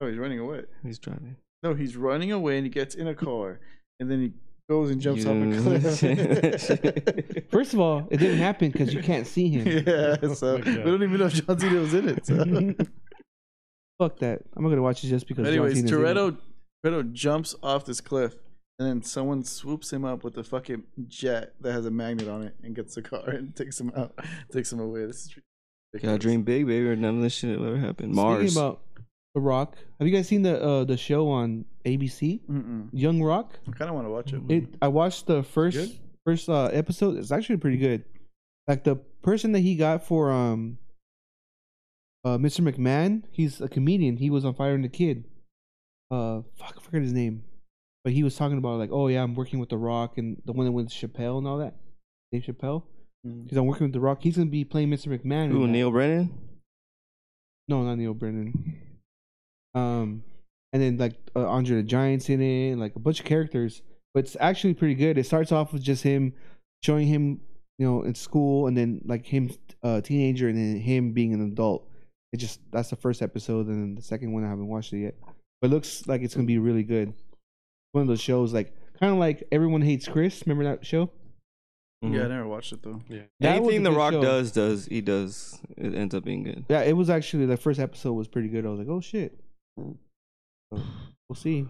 Speaker 1: Oh, he's running away.
Speaker 3: He's driving.
Speaker 1: No, he's running away and he gets in a car, and then he goes and jumps off
Speaker 3: Yeah.
Speaker 1: a
Speaker 4: *laughs*
Speaker 1: cliff. *laughs*
Speaker 4: First of all, it didn't happen because you can't see him. *laughs*
Speaker 1: yeah, so
Speaker 2: Oh my
Speaker 1: we
Speaker 2: God.
Speaker 1: don't even know if John Cena was in it. So.
Speaker 4: Fuck that. I'm not gonna watch it just because. John
Speaker 1: Anyways,
Speaker 4: Cena's in it.
Speaker 1: Toretto, Toretto jumps off this cliff, and then someone swoops him up with a fucking jet that has a magnet on it, and gets the car *laughs* and takes him out, takes him away. This is
Speaker 3: Gotta
Speaker 1: ridiculous.
Speaker 3: dream big, baby, or none of this shit will ever happen.
Speaker 4: Speaking
Speaker 3: Mars.
Speaker 4: about The Rock, have you guys seen the uh, the show on ABC,
Speaker 1: Mm-mm.
Speaker 4: Young Rock?
Speaker 1: I kind of want to watch it.
Speaker 4: It. I watched the first
Speaker 2: Good?
Speaker 4: first uh, episode. It's actually pretty good. Like the person that he got for um, uh, Mr. McMahon, he's a comedian. He was on Fire and the Kid. Uh, fuck, I forget his name, but he was talking about like, oh yeah, I'm working with The Rock and the one that went to Chappelle and all that, Dave Chappelle. Because I'm working with The Rock. He's gonna be playing Mr. McMahon. in
Speaker 3: Ooh,
Speaker 4: that.
Speaker 3: Neil Brennan?
Speaker 4: No, not Neil Brennan. Um, and then like uh, Andre the Giant's in it, and, like a bunch of characters. But it's actually pretty good. It starts off with just him showing him, you know, in school, and then like him, uh, teenager, and then him being an adult. It just that's the first episode, and then the second one I haven't watched it yet. But it looks like it's gonna be really good. One of those shows, like kind of like Everyone Hates Chris. Remember that show?
Speaker 1: Yeah, I
Speaker 3: Mhm.
Speaker 1: never watched it though.
Speaker 4: That was
Speaker 3: Anything
Speaker 4: a
Speaker 3: The
Speaker 4: good
Speaker 3: Rock
Speaker 4: show.
Speaker 3: does, does he does. It ends up being good.
Speaker 4: Yeah, it was actually the first episode was pretty good. I was like, oh shit. So, we'll see.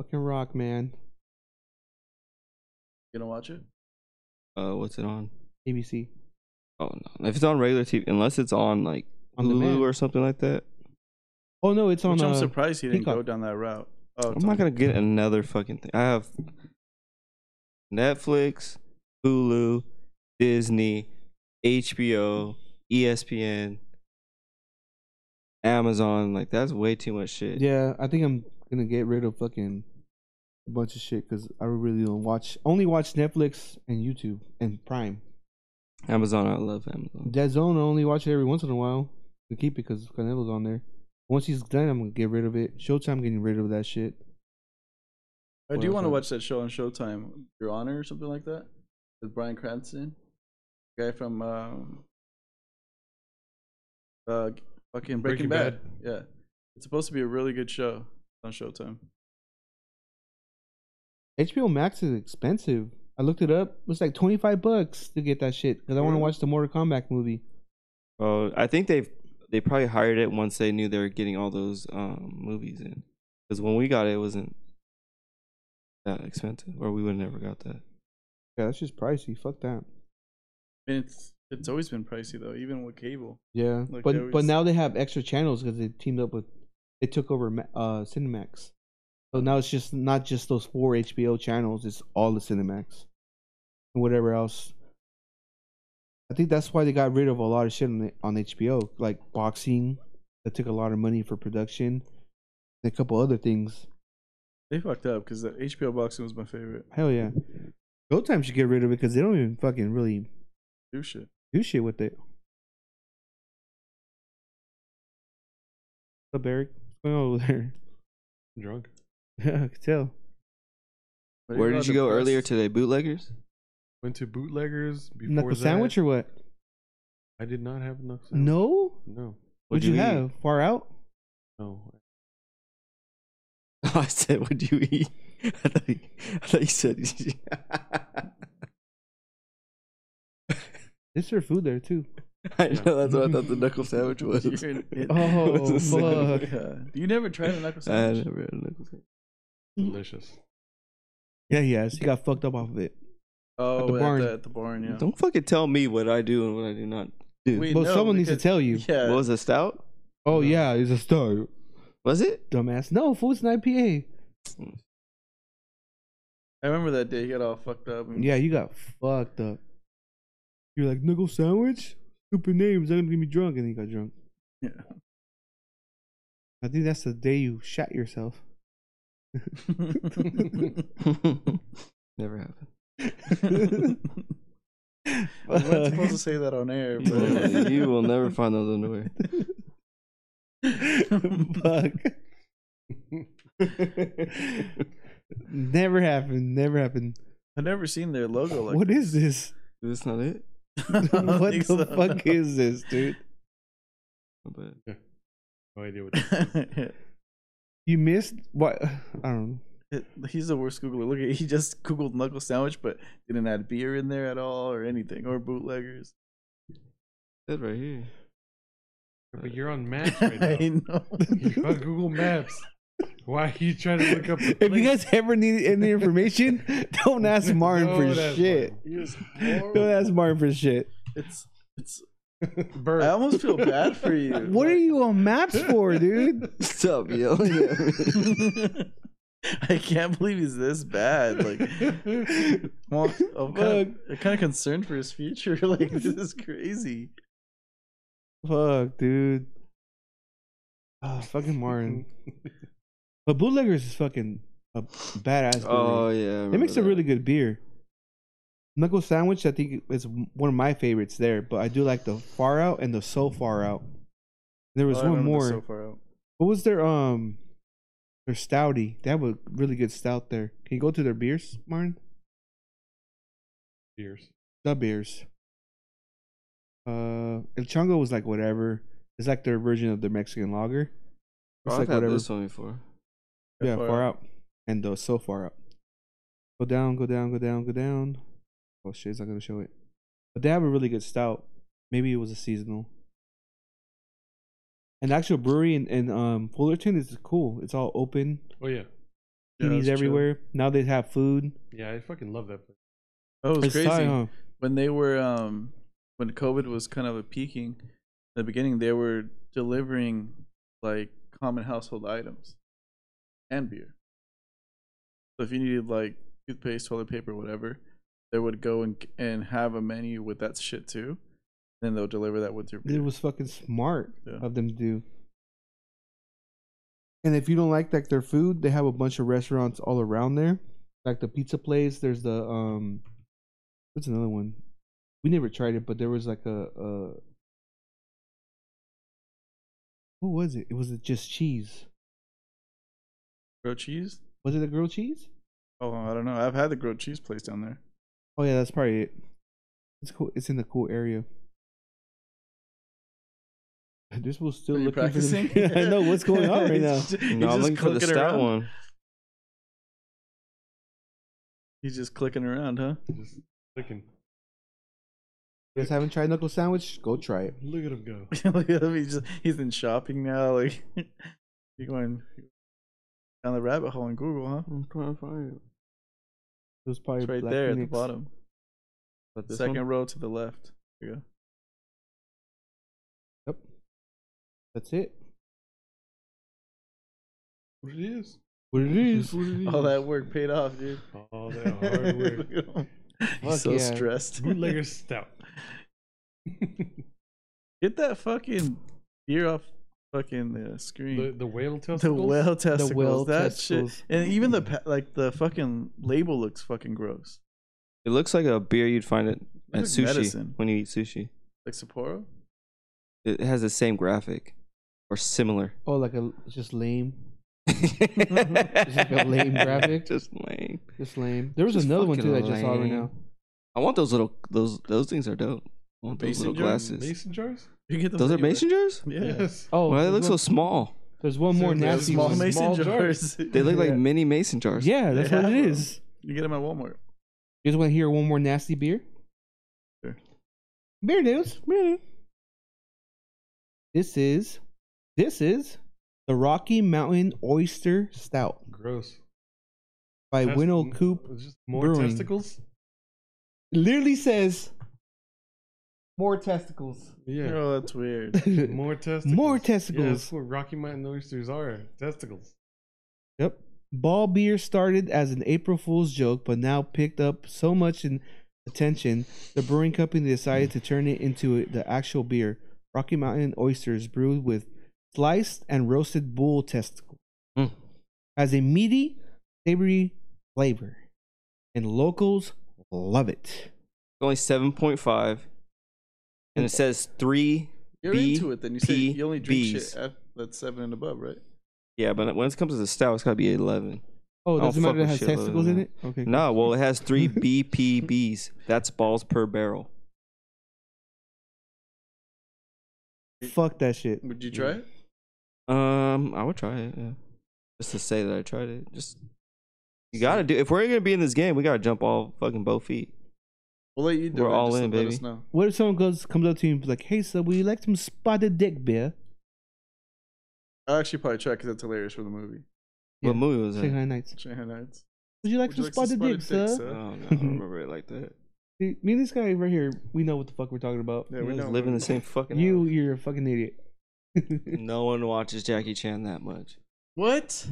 Speaker 4: Fucking rock, man.
Speaker 1: You gonna watch it?
Speaker 3: Uh, what's it on?
Speaker 4: ABC.
Speaker 3: Oh no! If it's on regular TV, unless it's on like
Speaker 4: On
Speaker 3: Hulu
Speaker 4: demand.
Speaker 3: or something like that,
Speaker 4: Oh no, it's on.
Speaker 1: Which
Speaker 4: Uh,
Speaker 1: I'm surprised he didn't go
Speaker 4: Peacock.
Speaker 1: down that route. Oh,
Speaker 3: I'm not gonna get another fucking thing. I have Netflix, Hulu, Disney, HBO, ESPN, Amazon. Like that's way too much shit.
Speaker 4: yeah, I think I'm gonna get rid of fucking a bunch of shit because I really don't watch. Only watch Netflix and YouTube and Prime.
Speaker 3: Amazon, I love Amazon.
Speaker 4: Dead Zone, I only watch it every once in a while to keep it because Canelo's on there. Once he's done, I'm gonna get rid of it. Showtime, getting rid of that shit.
Speaker 1: I do
Speaker 4: Well,
Speaker 1: want to
Speaker 4: fine.
Speaker 1: watch that show on Showtime, Your Honor or something like that, with Brian Cranston, guy from um, Uh, fucking Breaking,
Speaker 2: Breaking
Speaker 1: Bad. Yeah, it's supposed to be a really good show on Showtime.
Speaker 4: HBO Max is expensive. I looked it up. It was like 25 bucks to get that shit because I want to
Speaker 1: Really?
Speaker 4: watch the Mortal Kombat movie.
Speaker 3: Oh, I think they've they probably hired it once they knew they were getting all those um movies in. Because when we got it, it wasn't that expensive, or we would have never got that.
Speaker 4: Yeah, that's just pricey. Fuck that.
Speaker 1: And it's it's always been pricey though, even with cable.
Speaker 4: Yeah,
Speaker 1: Like,
Speaker 4: but
Speaker 1: they always-
Speaker 4: but now they have extra channels because they teamed up with, they took over Ma- uh Cinemax, so now it's just not just those four HBO channels; it's all the Cinemax and whatever else. I think that's why they got rid of a lot of shit on, the, on HBO, like boxing, that took a lot of money for production, and a couple other things.
Speaker 1: They fucked up because the HBO boxing was my favorite.
Speaker 4: Hell yeah, GoTime should get rid of it because they don't even fucking really
Speaker 1: Do shit.
Speaker 4: do shit with it. What's up, Eric? What's going on over there? *laughs*
Speaker 2: I'm drunk.
Speaker 4: Yeah, I could tell.
Speaker 1: But
Speaker 3: Where
Speaker 1: even
Speaker 3: did
Speaker 1: though
Speaker 3: you go
Speaker 1: the
Speaker 3: earlier
Speaker 1: best-
Speaker 3: today? Bootleggers? *laughs*
Speaker 2: Went to bootleggers before
Speaker 4: Knuckle
Speaker 2: that.
Speaker 4: sandwich or what?
Speaker 2: I did not have knuckle sandwich.
Speaker 4: No.
Speaker 2: No.
Speaker 4: What'd
Speaker 3: What'd
Speaker 4: you,
Speaker 3: you eat?
Speaker 4: have? Far out?
Speaker 2: No.
Speaker 4: *laughs*
Speaker 3: Oh, I said, "What'd you eat?" *laughs* I thought you, I thought you said. *laughs*
Speaker 4: Is there food there too?
Speaker 3: I know that's what I thought the knuckle sandwich was. *laughs*
Speaker 1: You're an idiot.
Speaker 4: Oh,
Speaker 3: It Uh, was a sandwich.
Speaker 1: *laughs*
Speaker 4: fuck.
Speaker 1: Yeah. You never tried a knuckle
Speaker 3: I had
Speaker 1: sandwich?
Speaker 3: never had a knuckle sandwich.
Speaker 2: Delicious.
Speaker 4: Yeah, he has. He got fucked up off of it.
Speaker 1: Oh,
Speaker 4: At
Speaker 1: at
Speaker 4: the
Speaker 1: the,
Speaker 4: barn.
Speaker 1: At, the, barn, yeah.
Speaker 3: Don't fucking tell me what I do and what I do not do.
Speaker 1: Wait,
Speaker 4: But
Speaker 1: no,
Speaker 4: someone needs to
Speaker 1: because-
Speaker 4: tell you.
Speaker 1: Yeah.
Speaker 3: What was it? Stout?
Speaker 4: Oh yeah, he's a star.
Speaker 3: Was it? *laughs*
Speaker 4: Dumbass. No, food's an IPA.
Speaker 1: I remember that day. He got all fucked up. and- *laughs*
Speaker 4: Yeah, you got fucked up. You're like knuckle sandwich? Stupid names, I'm gonna get me drunk and he got drunk.
Speaker 1: Yeah.
Speaker 4: I think that's the day you shot yourself.
Speaker 3: Never happened.
Speaker 1: *laughs* I wasn't supposed to say that on
Speaker 4: *laughs*
Speaker 1: air,
Speaker 3: You will-
Speaker 1: but
Speaker 3: *laughs* you will never find those underwear.
Speaker 1: *laughs*
Speaker 4: Fuck. *laughs* never happened. Never happened.
Speaker 1: I've never seen their logo like.
Speaker 4: What is this?
Speaker 3: Is this not it?
Speaker 1: *laughs* I don't
Speaker 4: *laughs* what the
Speaker 1: think so.
Speaker 4: fuck is this, dude?
Speaker 3: My bad.
Speaker 2: No idea what.
Speaker 4: You missed what? *sighs* I don't know.
Speaker 1: *laughs* He's the worst Googler. Look at he just Googled knuckle sandwich, but didn't add beer in there at all or anything or
Speaker 4: *laughs*
Speaker 1: bootleggers.
Speaker 3: That right here. *laughs*
Speaker 2: But you're on Maps
Speaker 4: *laughs*
Speaker 2: right now.
Speaker 1: I know.
Speaker 2: You're on Google Maps. Why are you trying to look up?
Speaker 4: *laughs*
Speaker 2: the
Speaker 4: If you
Speaker 2: place?
Speaker 4: guys ever need any information, *laughs* don't
Speaker 2: *laughs*
Speaker 4: ask
Speaker 1: *laughs*
Speaker 4: Martin
Speaker 2: Don't
Speaker 4: for
Speaker 2: ask
Speaker 4: shit. *laughs* Don't ask Martin for shit.
Speaker 1: It's it's.
Speaker 2: Bird.
Speaker 1: I almost feel bad for you.
Speaker 4: *laughs* What are you on maps for, dude?
Speaker 3: Stop yelling at me.
Speaker 1: *laughs* I can't believe he's this bad. Like,
Speaker 2: *laughs*
Speaker 1: well,
Speaker 4: *laughs*
Speaker 1: I'm kind of, kind of concerned for his future. *laughs* Like, this is crazy.
Speaker 4: Fuck, dude.
Speaker 1: *laughs*
Speaker 4: Ah, fucking Martin. But Bootleggers is fucking a badass. brewery.
Speaker 3: Oh yeah. I
Speaker 4: It makes a
Speaker 3: remember
Speaker 4: really good beer. Knuckle sandwich, I think, is one of my favorites there. But I do like the far out and the so far out. There was
Speaker 1: Oh, I
Speaker 4: one
Speaker 1: remember
Speaker 4: more.
Speaker 1: this So far out.
Speaker 4: what was their um, their stouty? They have a really good stout there. Can you go to their beers, Martin?
Speaker 2: Years.
Speaker 4: The beers. Uh, El Chongo was like whatever. It's like their version of the Mexican lager.
Speaker 3: that.
Speaker 4: It's
Speaker 3: I've
Speaker 4: like
Speaker 3: had
Speaker 4: whatever.
Speaker 3: this one before.
Speaker 4: Yeah, far, out. And uh, so far out. Go down, go down, go down, go down. Oh shit, it's not gonna show it. But they have a really good stout. Maybe it was a seasonal. An actual brewery in, in um Fullerton is cool. It's all open.
Speaker 2: Oh yeah.
Speaker 1: Yeah,
Speaker 4: Teenies
Speaker 1: that's
Speaker 4: everywhere. Now they have food.
Speaker 2: Yeah, I fucking love that place.
Speaker 1: That was
Speaker 4: It's
Speaker 1: crazy.
Speaker 4: tight, huh?
Speaker 1: When they were um, when COVID was kind of a peaking, in the beginning they were delivering like common household items, and beer. So if you needed like toothpaste, toilet paper, whatever, they would go and and have a menu with that shit too. Then they'll deliver that with your beer.
Speaker 4: It was fucking smart
Speaker 1: Yeah.
Speaker 4: of them to do. And if you don't like like their food, they have a bunch of restaurants all around there. Like the pizza place, there's the um what's another one? We never tried it, but there was like a uh what was it? It was it just cheese.
Speaker 1: grilled cheese.
Speaker 4: Was it a grilled cheese?
Speaker 1: Oh, I don't know. I've had the grilled cheese place down there.
Speaker 4: Oh yeah, that's probably it. It's cool. It's in the cool area. This was still
Speaker 1: Are you
Speaker 4: looking
Speaker 1: practicing?
Speaker 4: for the, *laughs* I know what's going on
Speaker 1: *laughs*
Speaker 4: right now.
Speaker 1: He's ju- he's
Speaker 3: No, I'm
Speaker 1: just
Speaker 3: looking for the
Speaker 1: clicking
Speaker 3: stout
Speaker 1: around.
Speaker 3: one.
Speaker 1: He's just clicking around, huh? *laughs*
Speaker 2: Just looking.
Speaker 4: You guys haven't tried knuckle sandwich? Go try it.
Speaker 2: *laughs* Look at him go.
Speaker 1: Look at him. He's just he's in shopping now. Like *laughs* you're going down the rabbit hole in Google, huh?
Speaker 3: I'm trying to find it.
Speaker 4: It was probably
Speaker 1: It's right
Speaker 4: Black
Speaker 1: there at the
Speaker 4: Phoenix.
Speaker 1: bottom,
Speaker 3: But
Speaker 1: second row to the left. There you go.
Speaker 4: That's it.
Speaker 2: What it is.
Speaker 4: What it is?
Speaker 1: All that work paid off, dude.
Speaker 2: All that
Speaker 1: *laughs*
Speaker 2: hard work.
Speaker 1: Look at him. He's
Speaker 4: Fuck
Speaker 1: so
Speaker 4: yeah.
Speaker 1: stressed.
Speaker 2: Bootlegger stout.
Speaker 1: *laughs* Get that fucking ear off fucking the
Speaker 2: The,
Speaker 1: screen.
Speaker 2: the whale
Speaker 1: The,
Speaker 2: testicles.
Speaker 1: whale testicles.
Speaker 4: whale
Speaker 1: that
Speaker 4: testicles.
Speaker 1: shit. And even the pa- like the fucking label looks fucking gross.
Speaker 3: It looks like a beer you'd find it at
Speaker 1: looks
Speaker 3: sushi
Speaker 1: medicine.
Speaker 3: when you eat sushi.
Speaker 1: Like Sapporo?
Speaker 3: It has the same graphic or similar.
Speaker 4: Oh, like a it's just lame.
Speaker 3: it's
Speaker 4: like a
Speaker 3: *laughs*
Speaker 4: lame graphic.
Speaker 3: Just lame.
Speaker 4: Just lame. There was
Speaker 3: Just
Speaker 4: another one too
Speaker 3: fucking
Speaker 4: that I just saw right now.
Speaker 3: I want those little those those things are dope. I want those
Speaker 1: Mason
Speaker 3: little
Speaker 1: jar?
Speaker 3: glasses.
Speaker 2: Mason jars?
Speaker 1: You get them
Speaker 3: Those are
Speaker 1: anywhere.
Speaker 3: mason jars?
Speaker 1: Yeah.
Speaker 2: Yes.
Speaker 4: Oh,
Speaker 3: Why they
Speaker 4: there's
Speaker 3: look so
Speaker 4: one-
Speaker 3: small?
Speaker 4: There's one more
Speaker 2: So there's
Speaker 4: nasty
Speaker 1: small
Speaker 4: one.
Speaker 1: mason
Speaker 2: Small
Speaker 1: jars. *laughs*
Speaker 4: *laughs*
Speaker 3: They look like
Speaker 4: Yeah.
Speaker 3: mini mason jars.
Speaker 4: Yeah, that's
Speaker 1: They
Speaker 4: what
Speaker 1: have
Speaker 4: it
Speaker 1: them.
Speaker 4: is.
Speaker 1: you get them at Walmart.
Speaker 4: You guys want to hear one more nasty beer?
Speaker 1: Sure.
Speaker 4: Beer news. Beer news. This is, this is the Rocky Mountain Oyster Stout
Speaker 2: Gross.
Speaker 4: by
Speaker 2: Test-
Speaker 4: Winnow Coop.
Speaker 2: It's Just more
Speaker 4: Brewing.
Speaker 2: testicles?
Speaker 4: Literally says, more testicles.
Speaker 2: Yeah.
Speaker 1: Oh, that's
Speaker 3: *laughs*
Speaker 1: weird.
Speaker 2: *laughs* More testicles.
Speaker 4: more
Speaker 2: Yeah,
Speaker 4: testicles.
Speaker 2: that's what Rocky Mountain oysters are. Testicles.
Speaker 4: Yep. Ball beer started as an April Fool's joke, but now picked up so much in attention, the brewing company decided to turn it into the actual beer. Rocky Mountain oysters brewed with sliced and roasted bull testicles
Speaker 3: Mm.
Speaker 4: has a meaty, savory flavor, and locals love it.
Speaker 3: Only seven point five. And it says three
Speaker 1: You're
Speaker 3: B,
Speaker 1: into it then. You say
Speaker 3: P,
Speaker 1: you only drink
Speaker 3: Bs.
Speaker 1: shit at, that's seven and above, right?
Speaker 3: yeah, but when it comes to the stout, it's gotta be eleven.
Speaker 4: Oh, it
Speaker 3: I don't
Speaker 4: doesn't matter if
Speaker 3: fuck
Speaker 4: it has
Speaker 3: with shit other
Speaker 4: testicles
Speaker 3: than
Speaker 4: in
Speaker 3: that.
Speaker 4: it. Okay.
Speaker 3: No, well it
Speaker 4: *laughs*
Speaker 3: has three BPBs. That's balls per barrel.
Speaker 4: Fuck that shit.
Speaker 1: Would you try it?
Speaker 3: Um, I would try it. Yeah, just to say that I tried it. Just you gotta do. If we're gonna be in this game, we gotta jump all fucking both feet.
Speaker 1: We'll let you do
Speaker 3: We're
Speaker 1: it.
Speaker 3: all
Speaker 1: Just
Speaker 3: in,
Speaker 1: let
Speaker 3: baby.
Speaker 1: us know.
Speaker 4: What if someone goes comes up to you and be like, "Hey, so would you like some spotted dick beer?"
Speaker 1: I'll actually probably try because that's hilarious for the movie.
Speaker 4: Yeah.
Speaker 3: What movie was
Speaker 4: Shanghai
Speaker 3: that?
Speaker 4: Nights.
Speaker 1: Shanghai Nights.
Speaker 4: Would you
Speaker 1: Would
Speaker 4: like
Speaker 1: you
Speaker 4: some
Speaker 1: like some
Speaker 4: spotted,
Speaker 1: spotted
Speaker 4: dick,
Speaker 1: dick,
Speaker 4: sir?
Speaker 1: sir?
Speaker 3: Oh, no, I don't remember it like that.
Speaker 4: Dude, me and this guy right here, we know what the fuck we're talking about.
Speaker 1: Yeah,
Speaker 3: You
Speaker 1: we
Speaker 3: guys
Speaker 1: know.
Speaker 3: live in the same fucking.
Speaker 4: you,
Speaker 3: house.
Speaker 4: you're a
Speaker 1: *laughs*
Speaker 4: fucking idiot. *laughs*
Speaker 3: No one watches Jackie Chan that much.
Speaker 1: What?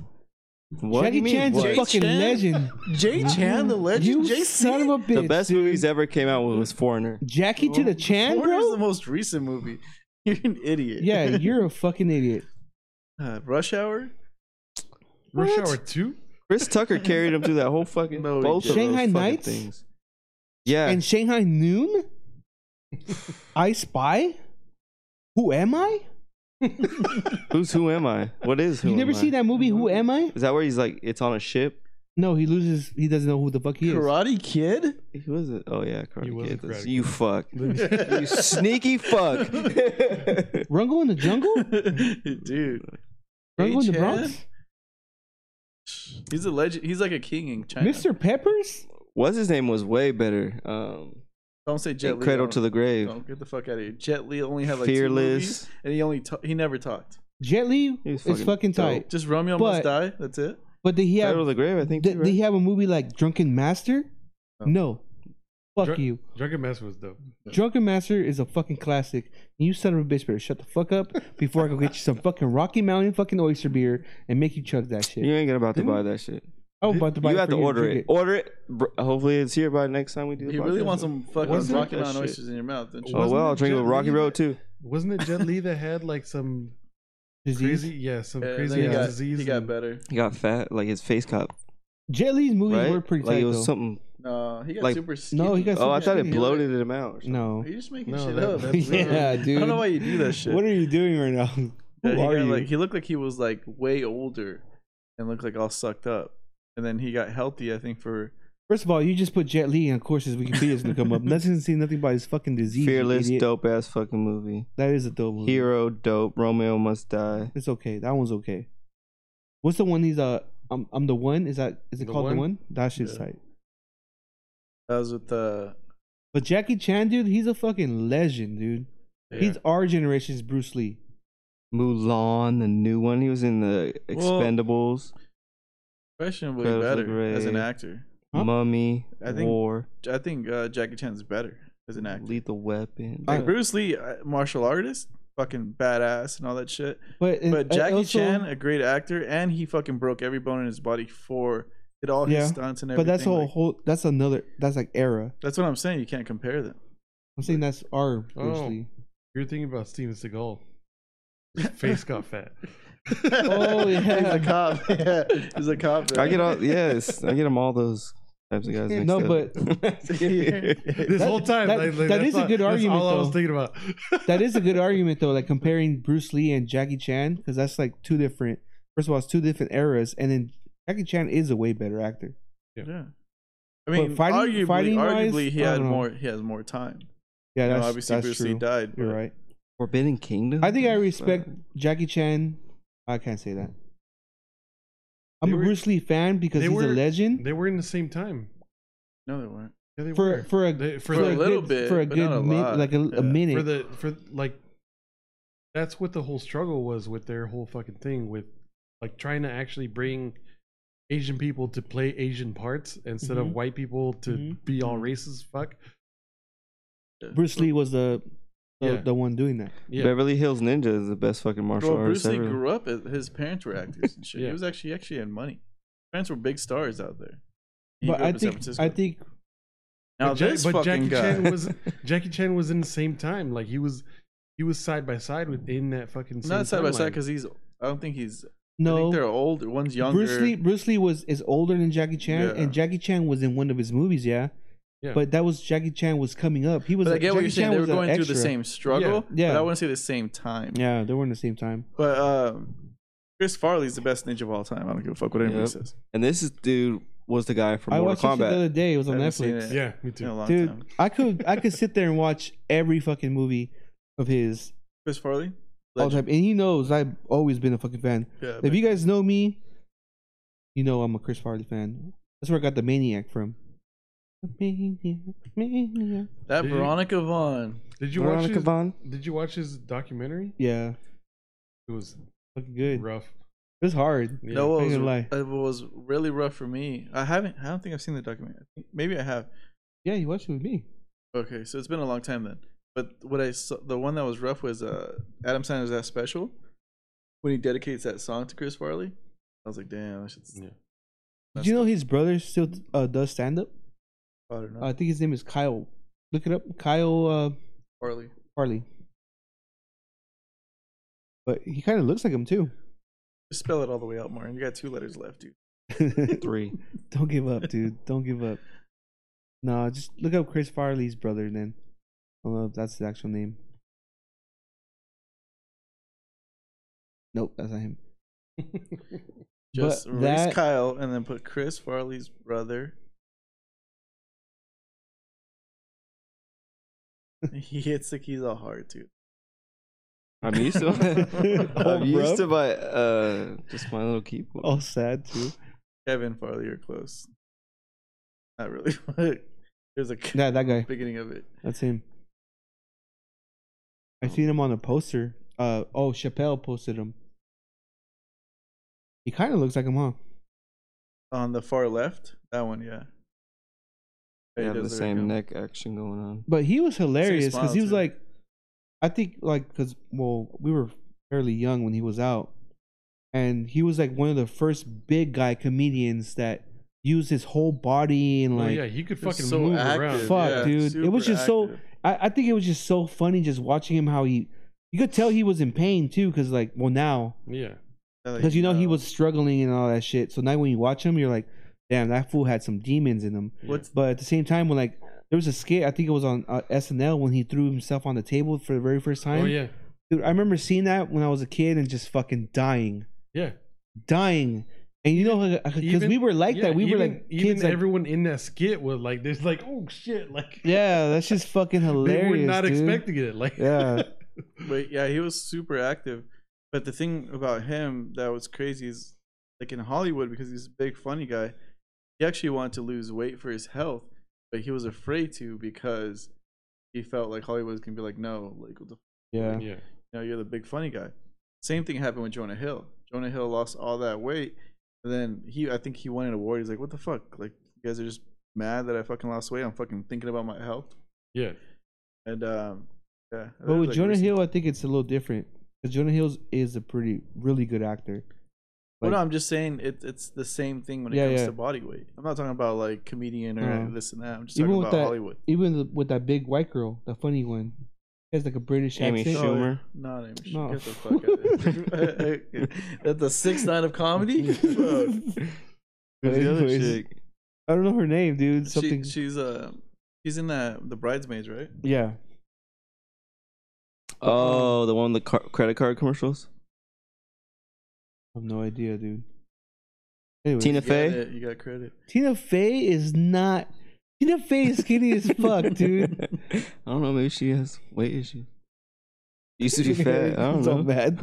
Speaker 3: What do
Speaker 4: Jackie
Speaker 3: you mean,
Speaker 4: Chan's
Speaker 3: what?
Speaker 4: a fucking
Speaker 1: Chan?
Speaker 4: legend.
Speaker 1: *laughs* Jay Chan, the legend.
Speaker 4: you
Speaker 1: JC?
Speaker 4: son of a bitch.
Speaker 3: the best
Speaker 4: dude.
Speaker 3: movies ever came out was Foreigner.
Speaker 4: Jackie to the Chan,
Speaker 1: Foreigner's
Speaker 4: bro.
Speaker 1: the most recent movie. *laughs* You're an idiot.
Speaker 4: yeah,
Speaker 1: *laughs*
Speaker 4: you're a fucking idiot.
Speaker 1: Uh, Rush Hour.
Speaker 2: Rush
Speaker 3: What?
Speaker 2: Hour 2?
Speaker 3: Chris Tucker carried him through that whole fucking
Speaker 1: No, he
Speaker 3: both of
Speaker 1: didn't.
Speaker 3: those
Speaker 4: Shanghai
Speaker 3: fucking
Speaker 4: Nights?
Speaker 3: things. Yeah,
Speaker 4: And Shanghai
Speaker 1: *laughs*
Speaker 4: Noon. I Spy. Who am I?
Speaker 3: who's who am I? What is who?
Speaker 4: You never
Speaker 3: am I?
Speaker 4: seen that movie? Who
Speaker 1: Mm-hmm.
Speaker 4: am I?
Speaker 3: Is that where he's like, it's on a ship?
Speaker 4: No, he loses. He doesn't know who the fuck he is.
Speaker 1: Karate
Speaker 4: *laughs*
Speaker 1: Kid.
Speaker 3: Who is it? Oh yeah, Karate
Speaker 2: He was
Speaker 3: Kid.
Speaker 2: a
Speaker 3: That's-
Speaker 2: Karate
Speaker 3: You
Speaker 2: *laughs*
Speaker 3: fuck.
Speaker 1: you
Speaker 3: you sneaky fuck. *laughs*
Speaker 4: Rungo in the Jungle.
Speaker 1: dude.
Speaker 4: Rungo in
Speaker 1: Jay
Speaker 4: the Bronx.
Speaker 1: Chan? He's a legend. He's like a king in China.
Speaker 4: Mr. Peppers.
Speaker 3: What's his name was way better. Um,
Speaker 1: Don't say Jet Li. uh,
Speaker 3: Cradle
Speaker 1: don't-
Speaker 3: to the Grave.
Speaker 1: Don't get the fuck out of here. Jet Li only had like two
Speaker 3: Fearless.
Speaker 1: movies, and he only ta- he never talked.
Speaker 4: Jet Li
Speaker 3: He was
Speaker 4: is
Speaker 3: fucking
Speaker 4: fucking
Speaker 3: dope.
Speaker 4: tight.
Speaker 1: Just Romeo
Speaker 4: But-
Speaker 1: must die. That's it.
Speaker 4: But did he have
Speaker 3: Cradle to the Grave, I think.
Speaker 4: Did,
Speaker 3: too,
Speaker 4: did
Speaker 3: right? Oh.
Speaker 4: he have a movie like Drunken Master?
Speaker 1: No.
Speaker 4: No. Fuck
Speaker 2: Dr-
Speaker 4: you.
Speaker 2: Drunken Master was dope.
Speaker 4: Drunken Master is a fucking classic. You son of a bitch better shut the fuck up before I go get you some fucking Rocky Mountain fucking oyster beer and make you chug that shit.
Speaker 3: You ain't gonna about to buy that shit.
Speaker 4: I was about to buy
Speaker 3: you
Speaker 4: it
Speaker 3: have
Speaker 4: for
Speaker 3: to
Speaker 4: and
Speaker 3: order it.
Speaker 4: drink
Speaker 3: Order it. Br- Hopefully, it's here by next time we do. the
Speaker 1: He really
Speaker 3: podcast.
Speaker 1: wants some fucking
Speaker 2: Wasn't
Speaker 1: Rocky
Speaker 3: that
Speaker 1: Mountain
Speaker 3: shit-
Speaker 1: oysters in your mouth. Don't you?
Speaker 3: Oh well, I'll drink it with Rocky Road too.
Speaker 2: Wasn't it Jet Li that had like some
Speaker 4: *laughs* Disease.
Speaker 2: crazy, yeah, some
Speaker 1: Yeah,
Speaker 2: crazy
Speaker 1: then he
Speaker 2: ass
Speaker 1: got,
Speaker 2: disease?
Speaker 1: He got
Speaker 2: and-
Speaker 1: better.
Speaker 3: He got fat, like his face got
Speaker 4: Jet Li's movies
Speaker 3: right.
Speaker 4: were pretty
Speaker 3: like
Speaker 4: tight
Speaker 3: it was
Speaker 4: though.
Speaker 3: something.
Speaker 1: No, he got
Speaker 3: Like-
Speaker 1: super skinny.
Speaker 4: No, he got
Speaker 3: Oh, I
Speaker 4: something
Speaker 3: thought it
Speaker 4: skinny.
Speaker 3: bloated him out. or something.
Speaker 4: No.
Speaker 1: You're just making
Speaker 2: No,
Speaker 1: shit
Speaker 2: that-
Speaker 1: up.
Speaker 2: that's-
Speaker 1: weird.
Speaker 4: *laughs* Yeah,
Speaker 1: I don't
Speaker 4: dude.
Speaker 1: know why you do that shit.
Speaker 4: What are you doing right now?
Speaker 1: Yeah,
Speaker 4: Who
Speaker 1: he
Speaker 4: are
Speaker 1: got,
Speaker 4: you?
Speaker 1: Like, he looked like he was like way older, and looked like all sucked up. And then he got healthy, I think, for
Speaker 4: First of all, you just put Jet Li, and of course his Wikipedia's gonna
Speaker 3: *laughs*
Speaker 4: come up. Nothing's seen nothing about his fucking disease. you
Speaker 3: Fearless,
Speaker 4: idiot.
Speaker 3: dope ass fucking movie.
Speaker 4: That is a dope movie.
Speaker 3: Hero, dope. Romeo must die.
Speaker 4: It's okay. That one's okay. What's the one he's uh I'm I'm the one? Is that is it
Speaker 2: The
Speaker 4: called
Speaker 2: One?
Speaker 4: the one? That shit's
Speaker 1: Yeah.
Speaker 4: tight.
Speaker 1: That was with uh, the.
Speaker 4: But Jackie Chan, dude, he's a fucking legend, dude. He's our generation's Bruce Lee.
Speaker 3: Mulan, the new one. He was in the
Speaker 1: Well,
Speaker 3: Expendables,
Speaker 1: Questionably
Speaker 3: Cradle of the
Speaker 1: better as an
Speaker 3: Grave.
Speaker 1: actor.
Speaker 4: huh?
Speaker 3: Mummy,
Speaker 1: I think-
Speaker 3: War,
Speaker 1: I think uh, Jackie Chan's better as an actor.
Speaker 3: Lethal Weapon.
Speaker 1: Like
Speaker 4: I-
Speaker 1: Bruce Lee, uh, martial artist, fucking badass and all that shit.
Speaker 4: But and-
Speaker 1: But
Speaker 4: and
Speaker 1: Jackie
Speaker 4: also-
Speaker 1: Chan, a great actor, and he fucking broke every bone in his body for did all
Speaker 4: Yeah,
Speaker 1: his stunts and everything.
Speaker 4: But that's a
Speaker 1: like,
Speaker 4: whole that's another that's like era.
Speaker 1: That's what I'm saying. You can't compare them.
Speaker 4: I'm saying that's our Bruce
Speaker 2: Oh.
Speaker 4: Lee.
Speaker 2: You're thinking about Steven Seagal.
Speaker 4: *laughs*
Speaker 2: His face got fat.
Speaker 4: *laughs* Oh,
Speaker 1: *laughs*
Speaker 4: yeah.
Speaker 1: he's a cop. Yeah, he's a cop.
Speaker 3: I get all yes, I get them all those types of guys. Mixed
Speaker 4: No,
Speaker 3: up.
Speaker 2: This
Speaker 4: That-
Speaker 2: whole time,
Speaker 4: that-
Speaker 2: like, like,
Speaker 4: that
Speaker 2: that's
Speaker 4: is a
Speaker 2: all-
Speaker 4: good
Speaker 2: that's
Speaker 4: argument,
Speaker 2: All I was
Speaker 4: though.
Speaker 2: thinking about. *laughs*
Speaker 4: that is a good argument though, like comparing Bruce Lee and Jackie Chan, because that's like two different. First of all, it's two different eras, and then Jackie Chan is a way better actor.
Speaker 1: Yeah. I mean,
Speaker 4: fighting-
Speaker 1: arguably,
Speaker 4: fighting-wise,
Speaker 1: arguably, he
Speaker 4: I
Speaker 1: had
Speaker 4: don't know.
Speaker 1: more. He has more time.
Speaker 4: Yeah,
Speaker 1: You know,
Speaker 4: that's
Speaker 1: obviously,
Speaker 4: that's
Speaker 1: Bruce
Speaker 4: true.
Speaker 1: Lee died.
Speaker 4: You're
Speaker 1: but-
Speaker 4: right.
Speaker 3: *laughs* Forbidden Kingdom.
Speaker 4: I think I
Speaker 3: That's,
Speaker 4: respect
Speaker 3: uh,
Speaker 4: Jackie Chan. I can't say that. I'm
Speaker 2: They
Speaker 4: a
Speaker 2: were-
Speaker 4: Bruce Lee fan because
Speaker 2: they
Speaker 4: he's a
Speaker 2: were-
Speaker 4: legend.
Speaker 2: they were in the same time.
Speaker 1: No, they weren't.
Speaker 2: Yeah, they
Speaker 4: For
Speaker 2: were.
Speaker 4: for a
Speaker 2: They-
Speaker 4: for,
Speaker 2: for
Speaker 4: a
Speaker 2: a
Speaker 1: little
Speaker 4: good,
Speaker 1: bit,
Speaker 4: for a
Speaker 1: but
Speaker 4: good
Speaker 1: not a
Speaker 4: minute,
Speaker 1: lot.
Speaker 4: like a,
Speaker 1: Yeah.
Speaker 4: a minute.
Speaker 2: for the for like that's what the whole struggle was with their whole fucking thing with like trying to actually bring asian people to play asian parts instead
Speaker 4: Mhm.
Speaker 2: of white people to
Speaker 4: Mhm.
Speaker 2: be all racist as fuck
Speaker 1: Yeah.
Speaker 4: Bruce Lee was the the,
Speaker 2: Yeah.
Speaker 4: the one doing that.
Speaker 2: yeah
Speaker 3: Beverly Hills Ninja is the best fucking martial
Speaker 1: Well,
Speaker 3: artist
Speaker 1: Bruce Lee
Speaker 3: ever.
Speaker 1: grew up. as- His parents were actors
Speaker 4: *laughs*
Speaker 1: and shit.
Speaker 2: Yeah.
Speaker 1: He was actually actually had money. His parents were big stars out there. He
Speaker 4: but
Speaker 1: grew up
Speaker 4: I
Speaker 1: in San
Speaker 4: think
Speaker 1: Francisco.
Speaker 4: I think
Speaker 1: now
Speaker 2: Ja-
Speaker 1: this fucking
Speaker 2: jackie
Speaker 1: guy.
Speaker 2: chan was jackie chan was in the same time like he was he was side by side within that fucking same
Speaker 1: not side by side
Speaker 2: timeline.
Speaker 1: because he's. I don't think he's. I
Speaker 4: no.
Speaker 1: think they're older. One's younger.
Speaker 4: Bruce Lee Bruce Lee was is older than Jackie Chan,
Speaker 1: Yeah.
Speaker 4: and Jackie Chan was in one of his movies, yeah.
Speaker 2: Yeah.
Speaker 4: But that was Jackie Chan was coming up. He was
Speaker 1: But I
Speaker 4: a-
Speaker 1: get what
Speaker 4: Jackie
Speaker 1: you're saying.
Speaker 4: Chan
Speaker 1: They were
Speaker 4: was an
Speaker 1: going through the
Speaker 4: extra.
Speaker 1: same struggle.
Speaker 4: Yeah.
Speaker 1: But I wouldn't say the same time.
Speaker 4: Yeah, they were in the same time.
Speaker 1: But um, Chris Farley's the best ninja of all time. I don't give a fuck what anybody
Speaker 3: Yep.
Speaker 1: says.
Speaker 3: And this is, dude was the guy from
Speaker 4: I watched
Speaker 3: Mortal
Speaker 4: this shit the other
Speaker 3: Kombat.
Speaker 4: day. It was on
Speaker 1: Haven't seen
Speaker 4: Netflix.
Speaker 1: it.
Speaker 2: yeah me
Speaker 1: In a
Speaker 2: too
Speaker 1: long
Speaker 4: Dude,
Speaker 1: time.
Speaker 4: I could I could sit there and watch every fucking movie of his
Speaker 1: Chris Farley.
Speaker 4: all the time, and he knows I've always been a fucking fan.
Speaker 1: Yeah,
Speaker 4: If you guys know me, you know I'm a Chris Farley fan. That's where I got the Maniac from. Maniac, maniac.
Speaker 1: that
Speaker 2: Dude.
Speaker 1: Veronica Vaughn.
Speaker 2: did you watch
Speaker 3: Veronica
Speaker 2: his,
Speaker 3: Vaughn.
Speaker 2: did you watch his documentary
Speaker 4: Yeah,
Speaker 2: it was
Speaker 4: fucking good. It
Speaker 2: rough
Speaker 4: was hard.
Speaker 2: Yeah.
Speaker 1: That was,
Speaker 4: gonna lie.
Speaker 1: it was really rough for me. I haven't. I don't think I've seen the document. Maybe I have.
Speaker 4: Yeah, you watched it with me.
Speaker 1: Okay, so it's been a long time then. But what I saw, the one that was rough was uh, Adam Sandler's that special when he dedicates that song to Chris Farley. I was like, damn, that shit's
Speaker 2: Yeah.
Speaker 4: Did you know his brother still uh, does stand up?
Speaker 1: I don't know.
Speaker 4: Uh, I think his name is Kyle. Look it up, Kyle uh,
Speaker 1: Farley.
Speaker 4: Farley. But he kind of looks like him too. *laughs*
Speaker 1: Just spell it all the way out, Martin. You got two letters left, dude.
Speaker 3: Three.
Speaker 4: Don't give up, dude. Don't give up. No, just look up Chris Farley's brother then. I don't know if that's the actual name. Nope, that's not him.
Speaker 1: Just
Speaker 4: But
Speaker 1: erase
Speaker 4: that-
Speaker 1: Kyle and then put Chris Farley's brother. *laughs* he hits the keys all hard, dude.
Speaker 3: I'm
Speaker 1: *laughs*
Speaker 3: used to.
Speaker 4: Oh,
Speaker 3: I'm
Speaker 4: bro.
Speaker 3: used to my uh, just my little keyboard.
Speaker 4: All sad too.
Speaker 1: Kevin Farley, you're close. Not really. *laughs* but There's a
Speaker 4: Yeah, that guy.
Speaker 1: *laughs* beginning of it.
Speaker 4: That's him.
Speaker 2: Oh.
Speaker 4: I seen him on a poster. Uh oh, Chappelle posted him. He kind of looks like him, huh?
Speaker 1: On the far left, that one, yeah.
Speaker 3: They
Speaker 1: He
Speaker 3: have the
Speaker 1: does, there you
Speaker 3: same
Speaker 1: go.
Speaker 3: neck action going on.
Speaker 4: But he was hilarious because
Speaker 1: smile,
Speaker 4: he was
Speaker 1: too.
Speaker 4: like, I think like because well we were fairly young when he was out, and he was like one of the first big guy comedians that used his whole body and
Speaker 2: oh
Speaker 4: like
Speaker 2: yeah he could
Speaker 1: Just
Speaker 2: fucking
Speaker 1: so
Speaker 2: move
Speaker 1: active,
Speaker 2: around
Speaker 4: Fuck,
Speaker 1: yeah,
Speaker 4: dude. It was
Speaker 1: super
Speaker 4: just so-
Speaker 1: active.
Speaker 4: I, I think it was just so funny just watching him how he you could tell he was in pain too because like well now
Speaker 2: yeah
Speaker 1: Now
Speaker 4: *laughs*
Speaker 1: that
Speaker 4: because you know he
Speaker 1: know.
Speaker 4: was struggling and all that shit so now when you watch him you're like damn that fool had some demons in him
Speaker 1: What's
Speaker 4: But at the same time, when like there was a skit, I think it was on uh, SNL when he threw himself on the table for the very first time.
Speaker 2: oh yeah
Speaker 4: Dude, I remember seeing that when I was a kid and just fucking dying,
Speaker 2: yeah
Speaker 4: dying. And you know, because
Speaker 2: even-
Speaker 4: we were like
Speaker 2: Yeah,
Speaker 4: that. We
Speaker 2: even,
Speaker 4: were like kids.
Speaker 2: even
Speaker 4: like,
Speaker 2: everyone in that skit was like, "There's like, oh shit!" Like,
Speaker 4: yeah, that's just fucking hilarious.
Speaker 2: *laughs* they were not
Speaker 4: dude.
Speaker 2: expecting it. Like,
Speaker 3: Yeah.
Speaker 1: But yeah, he was super active. But the thing about him that was crazy is, like in Hollywood, because he's a big funny guy, he actually wanted to lose weight for his health, but he was afraid to because he felt like Hollywood was gonna be like, no, like what the
Speaker 4: Yeah,
Speaker 2: *laughs* yeah,
Speaker 1: you know, you're the big funny guy. Same thing happened with Jonah Hill. Jonah Hill lost all that weight, and then he, I think he won an award. He's like, what the fuck? Like, you guys are just mad that I fucking lost weight. I'm fucking thinking about my health.
Speaker 2: yeah.
Speaker 1: And um, yeah. that
Speaker 4: but
Speaker 1: was,
Speaker 4: with
Speaker 1: like,
Speaker 4: Jonah
Speaker 1: recent.
Speaker 4: Hill, I think it's a little different. Because Jonah Hill is a pretty, really good actor.
Speaker 1: Well, no,
Speaker 4: Like-
Speaker 1: I'm just saying it, it's the same thing when it
Speaker 4: Yeah,
Speaker 1: comes
Speaker 4: yeah.
Speaker 1: to body weight. I'm not talking about like comedian or
Speaker 4: Uh-huh.
Speaker 1: this and that. I'm just
Speaker 4: Even
Speaker 1: talking
Speaker 4: with
Speaker 1: about
Speaker 4: that-
Speaker 1: Hollywood.
Speaker 4: Even the, with that big white girl, the funny one, she has like a British
Speaker 3: Amy
Speaker 4: accent.
Speaker 3: Schumer.
Speaker 1: No, no, Amy,
Speaker 4: No.
Speaker 1: get the fuck out of
Speaker 4: *laughs*
Speaker 1: here. *laughs* At the sixth night of comedy? Oh, Fuck.
Speaker 3: Who's the other
Speaker 4: Anyways,
Speaker 3: chick?
Speaker 4: I don't know her name, dude.
Speaker 1: she,
Speaker 4: Something.
Speaker 1: she's uh, she's in that the bridesmaids, right?
Speaker 4: yeah.
Speaker 3: Oh, the one with the car- credit card commercials.
Speaker 4: I have no idea, dude. Anyways,
Speaker 3: Tina
Speaker 1: You got
Speaker 3: *laughs* Fey.
Speaker 1: it, You got credit.
Speaker 4: Tina Fey is not. Tina Fey is skinny
Speaker 3: *laughs*
Speaker 4: as fuck, dude.
Speaker 3: I don't know. Maybe she has weight issues. Used to be
Speaker 4: *laughs*
Speaker 3: fat. I don't
Speaker 4: So
Speaker 3: know.
Speaker 4: bad.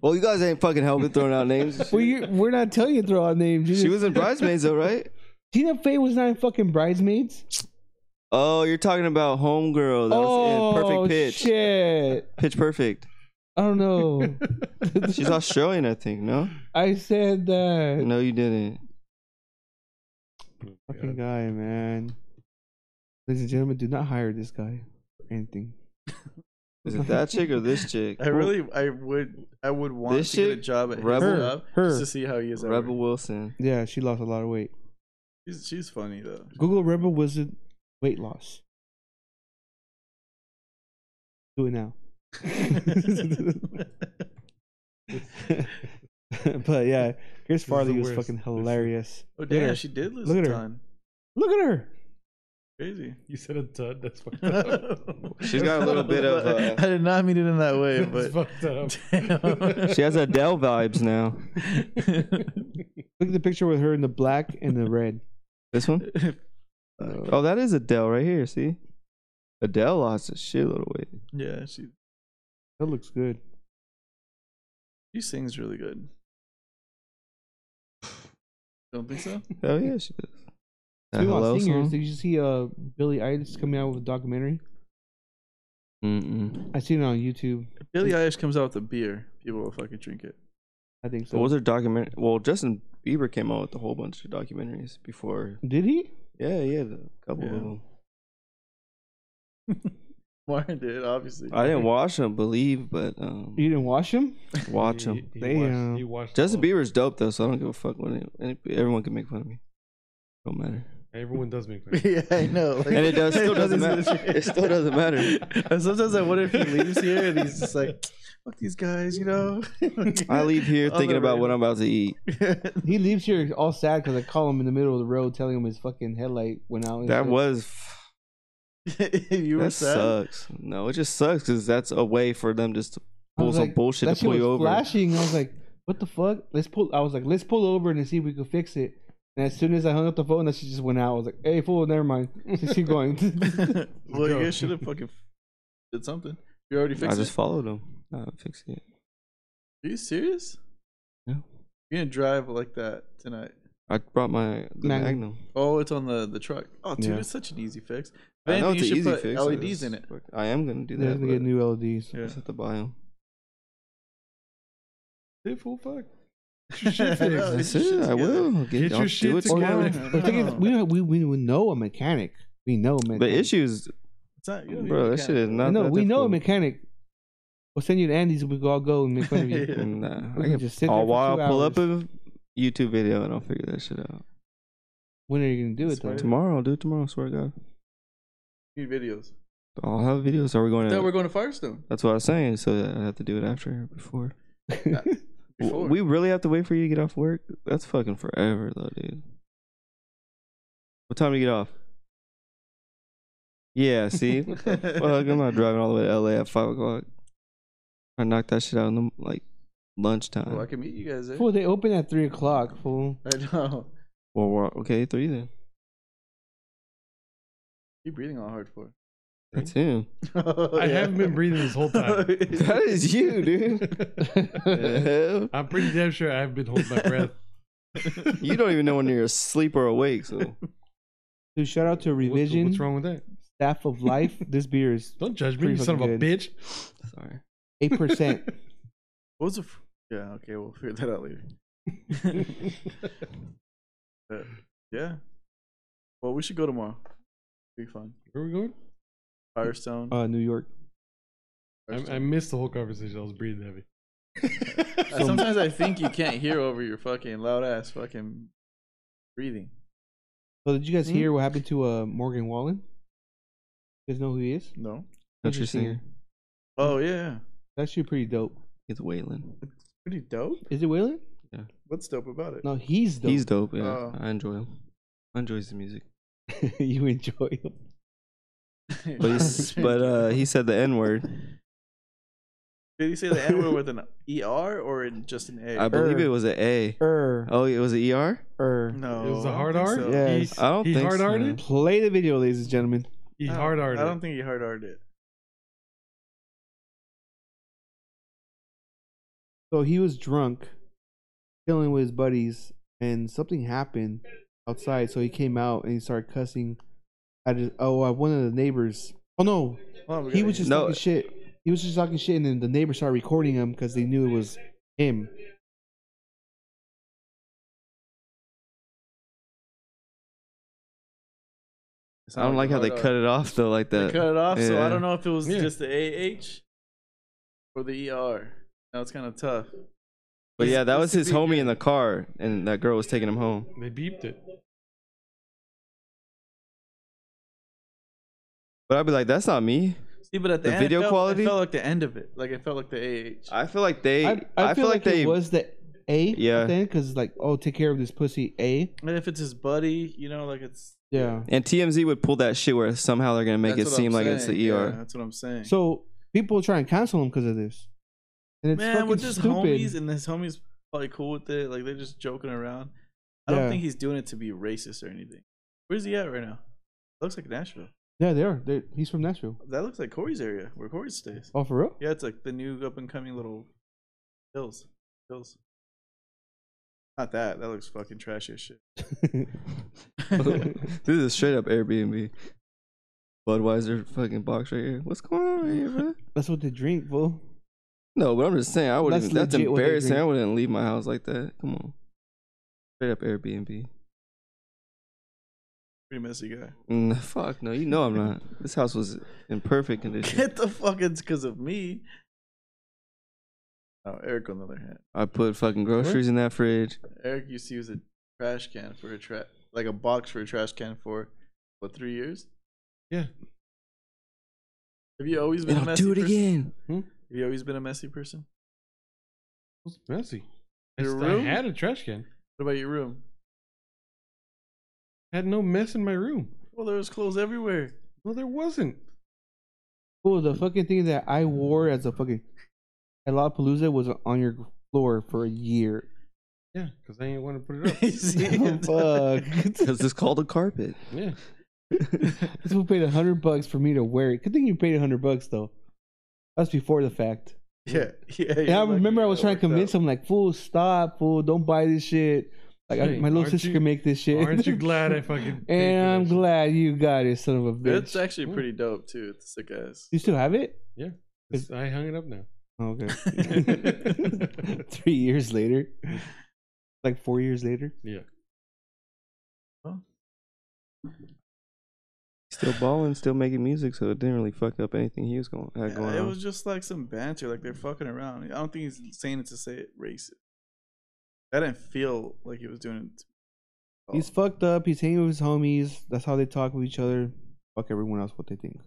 Speaker 3: Well, you guys ain't fucking helping throwing out names.
Speaker 4: *laughs*
Speaker 3: and
Speaker 4: Well,
Speaker 3: shit.
Speaker 4: you we're not telling you to throw out names. You
Speaker 3: she
Speaker 4: just-
Speaker 3: was in Bridesmaids, though, right?
Speaker 4: Tina Fey was not in fucking Bridesmaids.
Speaker 3: Oh, you're talking about Homegirl. That
Speaker 4: oh,
Speaker 3: was in Perfect Pitch.
Speaker 4: shit.
Speaker 3: Pitch Perfect.
Speaker 4: I don't know.
Speaker 3: She's Australian, I
Speaker 4: *laughs*
Speaker 3: think. No,
Speaker 4: I said that.
Speaker 3: no, you didn't.
Speaker 4: Fucking guy, man. Ladies and gentlemen, do not hire this guy for anything.
Speaker 3: Is it that chick or this
Speaker 4: *laughs*
Speaker 3: chick?
Speaker 1: I really, I would, I would want
Speaker 3: This
Speaker 1: to get a
Speaker 3: shit?
Speaker 1: job at
Speaker 3: Rebel-
Speaker 1: his
Speaker 4: Her,
Speaker 1: job
Speaker 4: her.
Speaker 1: just to see how he is. at work.
Speaker 4: *laughs*
Speaker 3: Rebel Wilson.
Speaker 4: Yeah, she lost a lot of weight.
Speaker 1: She's, she's funny though.
Speaker 3: *laughs*
Speaker 1: *laughs*
Speaker 4: Google Rebel Wizard weight loss. Do it
Speaker 3: *laughs*
Speaker 4: now. *laughs* but yeah, Chris
Speaker 2: the
Speaker 4: Farley was
Speaker 2: worst.
Speaker 4: fucking hilarious.
Speaker 1: oh
Speaker 4: Look at
Speaker 1: damn,
Speaker 4: her.
Speaker 1: she did lose
Speaker 4: Look
Speaker 1: a
Speaker 4: at her.
Speaker 1: ton.
Speaker 4: Look at her.
Speaker 1: Crazy.
Speaker 2: You said a ton. That's
Speaker 1: *laughs*
Speaker 2: fucked up.
Speaker 1: She's
Speaker 3: She's got a little bit of, uh,
Speaker 1: *laughs* I did not mean it in that
Speaker 3: *laughs*
Speaker 1: way,
Speaker 2: *laughs* That's
Speaker 1: but
Speaker 2: fucked up.
Speaker 1: *laughs* Damn.
Speaker 3: She has Adele vibes now.
Speaker 4: Look at the picture with her in the black and the red.
Speaker 3: This one? Oh, that is Adele right here. See, Adele lost a shitload of weight.
Speaker 1: yeah, she
Speaker 4: That looks good.
Speaker 1: she sings really good. Don't think
Speaker 3: *laughs*
Speaker 1: so.
Speaker 3: Oh yeah, she does. That
Speaker 4: Speaking about
Speaker 3: hello
Speaker 4: singers,
Speaker 3: song?
Speaker 4: did you see uh Billie Eilish coming out with a documentary?
Speaker 3: Mm-mm.
Speaker 4: I seen it on YouTube.
Speaker 1: If Billie Eilish comes out with a beer, people will fucking drink it. *laughs*
Speaker 4: I think so.
Speaker 3: What was her documentary? Well, Justin Bieber came out with a whole bunch of documentaries before.
Speaker 4: Did he?
Speaker 3: Yeah, he had a couple
Speaker 1: Yeah.
Speaker 3: of them.
Speaker 1: Warren did, obviously.
Speaker 3: I didn't watch them, believe, but
Speaker 4: *laughs*
Speaker 3: um,
Speaker 4: You didn't wash him?
Speaker 3: watch them.
Speaker 2: You,
Speaker 4: Damn.
Speaker 2: Watched, you watched
Speaker 3: Justin
Speaker 2: all-
Speaker 3: Bieber's dope though, so I don't give a fuck what any, any- everyone can make fun of me. Don't matter.
Speaker 2: Everyone does make fun.
Speaker 1: *laughs* yeah, I know.
Speaker 3: And it does-
Speaker 1: *laughs*
Speaker 4: *laughs*
Speaker 3: still doesn't matter. It still doesn't matter.
Speaker 1: And sometimes I wonder if he leaves here and he's just like, "Fuck these guys," you know.
Speaker 3: I leave
Speaker 4: *laughs*
Speaker 3: here
Speaker 1: On
Speaker 3: thinking
Speaker 1: the
Speaker 3: about what
Speaker 1: road.
Speaker 3: I'm about to eat.
Speaker 4: He leaves here all sad because I call him in the middle of the road telling him his fucking headlight went out. and
Speaker 3: That
Speaker 4: shit.
Speaker 3: was
Speaker 1: *laughs* you were
Speaker 3: that
Speaker 1: sad.
Speaker 3: sucks. No, it just sucks because that's a way for them just to
Speaker 4: I
Speaker 3: pull
Speaker 4: was
Speaker 3: some
Speaker 4: like-
Speaker 3: bullshit
Speaker 4: that
Speaker 3: to
Speaker 4: shit
Speaker 3: pull
Speaker 4: was
Speaker 3: you over.
Speaker 4: Flashing. I was like, what the fuck? Let's pull. I was like, let's pull over and see if we could fix it. And as soon as I hung up the phone, that shit just went out. I was like, hey, fool, never mind. Just keep
Speaker 3: *laughs*
Speaker 4: going. *laughs*
Speaker 1: *laughs* well,
Speaker 2: Go.
Speaker 1: you guys should have fucking did something. You already
Speaker 3: I
Speaker 1: fixed
Speaker 3: just
Speaker 1: it.
Speaker 3: followed them. I fixed it.
Speaker 1: Are you serious?
Speaker 3: No.
Speaker 1: You're gonna drive like that tonight.
Speaker 3: I brought my the
Speaker 4: Magnum.
Speaker 3: Magnum.
Speaker 1: Oh, it's on the the truck. Oh, dude,
Speaker 4: Yeah.
Speaker 1: it's such an easy fix. If
Speaker 3: I know
Speaker 1: anything, you
Speaker 3: it's an
Speaker 1: should
Speaker 3: easy
Speaker 1: put
Speaker 3: fix. I
Speaker 1: LEDs
Speaker 3: just- *laughs*
Speaker 1: in it.
Speaker 3: I am gonna do
Speaker 4: They're
Speaker 3: that.
Speaker 4: gonna get
Speaker 3: but
Speaker 4: new LEDs.
Speaker 3: I
Speaker 1: Yeah.
Speaker 3: just have to buy them.
Speaker 2: Hey, fool, fuck. Get
Speaker 1: *laughs*
Speaker 2: your shit
Speaker 1: I know.
Speaker 2: fixed.
Speaker 3: That's
Speaker 1: your shit
Speaker 3: it. I
Speaker 1: together.
Speaker 3: will get,
Speaker 2: Get your
Speaker 3: I'll do
Speaker 2: shit
Speaker 3: it
Speaker 4: Or no,
Speaker 2: together.
Speaker 1: Yeah,
Speaker 4: no, the thing is, we, we we know a mechanic. We know a mechanic.
Speaker 3: The issues,
Speaker 1: It's not, you don't
Speaker 3: bro.
Speaker 1: even
Speaker 3: That
Speaker 1: count.
Speaker 3: shit is not.
Speaker 4: no,
Speaker 3: that
Speaker 4: we know a
Speaker 3: difficult.
Speaker 4: mechanic. We'll send you to Andy's. We can all go and make fun of you.
Speaker 3: *laughs*
Speaker 1: Yeah.
Speaker 4: We
Speaker 3: Nah, I
Speaker 4: can
Speaker 3: can
Speaker 4: just
Speaker 3: just
Speaker 4: sit
Speaker 3: sit
Speaker 4: there for
Speaker 3: while
Speaker 4: two
Speaker 3: I pull up
Speaker 4: hours.
Speaker 3: a YouTube video and I'll figure that shit out.
Speaker 4: when are you gonna do it? Though?
Speaker 1: Right.
Speaker 3: Tomorrow, I'll do it tomorrow. I swear to God,
Speaker 1: Need videos.
Speaker 3: I'll have videos. Are we going?
Speaker 1: That we're
Speaker 3: To,
Speaker 1: going to Firestone.
Speaker 3: that's what I was saying. So I have to do it after or before.
Speaker 1: Before. *laughs*
Speaker 3: We really have to wait for you to get off work. That's fucking forever though, dude. What time do you get off? Yeah, *laughs* see, What the fuck, I'm not driving all the way to LA at five o'clock. I knocked that shit out in the like lunchtime.
Speaker 1: Well, I can meet you guys there.
Speaker 4: Fool, they open at three o'clock. Fool.
Speaker 1: *laughs* I know.
Speaker 3: Well, we're okay. Three then.
Speaker 1: You're breathing all hard *laughs* for.
Speaker 3: That's him.
Speaker 2: I haven't been breathing this whole
Speaker 1: *laughs*
Speaker 3: *laughs*
Speaker 2: time.
Speaker 3: That is you, *laughs* dude.
Speaker 2: *laughs*
Speaker 3: Hell.
Speaker 2: I'm pretty damn sure I've been holding my breath.
Speaker 3: you don't even know when you're asleep or awake. So
Speaker 4: So shout out to
Speaker 2: What-
Speaker 4: Revision
Speaker 2: what's wrong with that?
Speaker 4: Staff of Life. this beer is
Speaker 2: Don't judge me,
Speaker 4: Pretty
Speaker 2: you son of a
Speaker 4: fucking
Speaker 2: bitch.
Speaker 3: *laughs* sorry.
Speaker 4: eight percent.
Speaker 1: What was the? F- yeah. Okay, we'll figure that out later. But, yeah. Well, we should go tomorrow. Be fun.
Speaker 2: *laughs* Where are we going?
Speaker 1: Firestone.
Speaker 4: uh, New York.
Speaker 2: I, I missed the whole conversation. I was breathing heavy.
Speaker 1: Uh, Sometimes I think you can't hear over your fucking loud ass fucking breathing.
Speaker 4: So did you guys
Speaker 1: Hmm?
Speaker 4: hear what happened to uh, Morgan Wallen? You guys know who he is?
Speaker 1: No.
Speaker 3: Country singer.
Speaker 1: Oh yeah.
Speaker 4: That's actually pretty dope.
Speaker 3: It's Waylon.
Speaker 1: Pretty dope.
Speaker 4: Is it Waylon?
Speaker 1: What's dope about it? *laughs*
Speaker 4: No, he's dope.
Speaker 3: He's dope. Yeah,
Speaker 1: Oh.
Speaker 3: I enjoy him. I enjoy
Speaker 1: *laughs*
Speaker 3: his music.
Speaker 4: *laughs* you enjoy him.
Speaker 3: But
Speaker 1: *laughs*
Speaker 3: he's, but uh, he said the N word.
Speaker 1: Did he say the N word with an ER or in just an A?
Speaker 3: I believe it was an A.
Speaker 4: Er,
Speaker 3: Oh, it was an ER.
Speaker 4: er.
Speaker 1: no.
Speaker 2: it was a
Speaker 1: Oh, I don't
Speaker 2: hard
Speaker 1: think
Speaker 2: art.
Speaker 1: so.
Speaker 4: Yeah.
Speaker 2: He,
Speaker 4: Yes.
Speaker 3: I don't
Speaker 2: he
Speaker 3: think
Speaker 2: hard
Speaker 3: so.
Speaker 2: hearted.
Speaker 4: Play the video, ladies and gentlemen.
Speaker 2: He
Speaker 1: I don't-
Speaker 2: hard
Speaker 1: I don't
Speaker 2: hearted.
Speaker 1: think he hard hearted.
Speaker 4: So he was drunk, chilling with his buddies, and something happened outside. So he came out and he started cussing at his, oh at one of the neighbors. Oh no, he was just
Speaker 3: No.
Speaker 4: talking shit. He was just talking shit, and then the neighbors started recording him because they knew it was him.
Speaker 3: I don't like how they cut it off though, like
Speaker 1: They *laughs*
Speaker 3: that.
Speaker 1: cut it off, so I
Speaker 3: Yeah.
Speaker 1: don't know if it was
Speaker 2: Yeah.
Speaker 1: just the AH or the ER. Now it's kind of tough.
Speaker 3: But yeah, that was
Speaker 1: It's-
Speaker 3: his
Speaker 1: it's a
Speaker 3: homie in the car, and that girl was taking him home.
Speaker 2: They beeped it.
Speaker 3: But I'd be like, that's not me.
Speaker 1: See, but at the,
Speaker 3: The
Speaker 1: end,
Speaker 3: video
Speaker 1: it felt,
Speaker 3: quality?
Speaker 1: it felt like the end of it. Like it felt like the AH.
Speaker 3: I feel like they.
Speaker 4: I,
Speaker 3: I,
Speaker 4: I,
Speaker 3: feel like, they.
Speaker 4: it was the A.
Speaker 3: Yeah.
Speaker 4: Then because like oh take care of this pussy A.
Speaker 1: And if it's his buddy, you know, like it's
Speaker 4: Yeah.
Speaker 3: And TMZ would pull that shit where somehow they're gonna make
Speaker 1: That's
Speaker 3: it
Speaker 1: what
Speaker 3: seem
Speaker 1: I'm
Speaker 3: like it's
Speaker 1: saying.
Speaker 3: the
Speaker 1: Yeah,
Speaker 3: ER.
Speaker 1: that's what I'm saying.
Speaker 4: So people try and cancel him because of this, and it's
Speaker 1: man,
Speaker 4: fucking
Speaker 1: with his
Speaker 4: stupid.
Speaker 1: homies and his homies probably cool with it. Like they're just joking around. I
Speaker 4: Yeah.
Speaker 1: don't think he's doing it to be racist or anything. Where's he at right now? Looks like Nashville.
Speaker 4: yeah, they are. They're, he's from Nashville.
Speaker 1: That looks like Corey's area where Corey stays.
Speaker 4: Oh, for real?
Speaker 1: Yeah, it's like the new up and coming little hills. Hills. Not that. That looks fucking trashy as
Speaker 3: *laughs*
Speaker 1: shit. *laughs*
Speaker 3: this is straight up Airbnb. Budweiser fucking box right here. What's going on right here, bro?
Speaker 4: *laughs* That's what they drink, fool.
Speaker 3: No, but I'm just saying I wouldn't.
Speaker 4: That's
Speaker 3: That's, that's
Speaker 4: legit what they
Speaker 3: embarrassing. I
Speaker 4: drink.
Speaker 3: wouldn't leave my house like that. Come on, straight up Airbnb.
Speaker 1: Pretty messy
Speaker 3: *laughs*
Speaker 1: guy. *laughs*
Speaker 3: Mm, fuck no, you know I'm not. This house was in perfect
Speaker 1: *laughs*
Speaker 3: condition.
Speaker 1: Get the fuck it's because of me. Oh, Eric on the other hand.
Speaker 3: I put fucking groceries in that fridge.
Speaker 1: Eric used to use a trash can for a tra like a box for a trash can for what three years?
Speaker 2: Yeah.
Speaker 1: Have you always been
Speaker 3: And
Speaker 1: a
Speaker 3: I'll
Speaker 1: messy
Speaker 3: do it
Speaker 1: person? *laughs*
Speaker 3: again.
Speaker 1: Have you always been a messy person?
Speaker 2: It was messy. I,
Speaker 1: Your
Speaker 2: st- I
Speaker 1: room?
Speaker 2: had a trash can.
Speaker 1: What about your room?
Speaker 2: I had no mess in my room.
Speaker 1: Well, there was clothes
Speaker 3: *laughs*
Speaker 1: everywhere. *laughs*
Speaker 2: No, there wasn't.
Speaker 4: Fool, the fucking thing that I wore as a fucking at Lollapalooza was on your floor for
Speaker 1: *laughs*
Speaker 4: a year.
Speaker 2: Yeah, because I ain't want to put it up.
Speaker 1: You see?
Speaker 4: Fuck.
Speaker 3: Cause it's called a carpet.
Speaker 2: yeah.
Speaker 4: This fool paid a hundred bucks for me to wear it. Good thing you paid a hundred bucks though. That's before the fact.
Speaker 1: *laughs* Yeah, yeah.
Speaker 4: Yeah, I remember I was trying to convince him, like, fool, stop, fool, don't buy this shit. Like, I-
Speaker 2: Hey,
Speaker 4: my little
Speaker 2: aren't
Speaker 4: sister
Speaker 2: you-
Speaker 4: can make this shit.
Speaker 2: Aren't you
Speaker 4: *laughs*
Speaker 2: glad I fucking. paid for
Speaker 4: and I'm
Speaker 2: that shit?
Speaker 4: glad you got it, son of a bitch. Hmm.
Speaker 1: It's actually pretty dope too. It's sick ass.
Speaker 4: you still have it?
Speaker 2: It's- I hung it up now.
Speaker 4: Oh, *laughs* okay. Three years later, like four years later.
Speaker 2: Yeah.
Speaker 3: Still balling, still making music, so it didn't really fuck up anything he was going had going
Speaker 1: Yeah, it
Speaker 3: on.
Speaker 1: was just like some banter, like they're fucking around. I don't think he's saying it to say it racist. I didn't feel like he was doing it. at
Speaker 4: He's
Speaker 1: all.
Speaker 4: fucked up. He's hanging with his homies. That's how they talk with each other. Fuck everyone else what they think.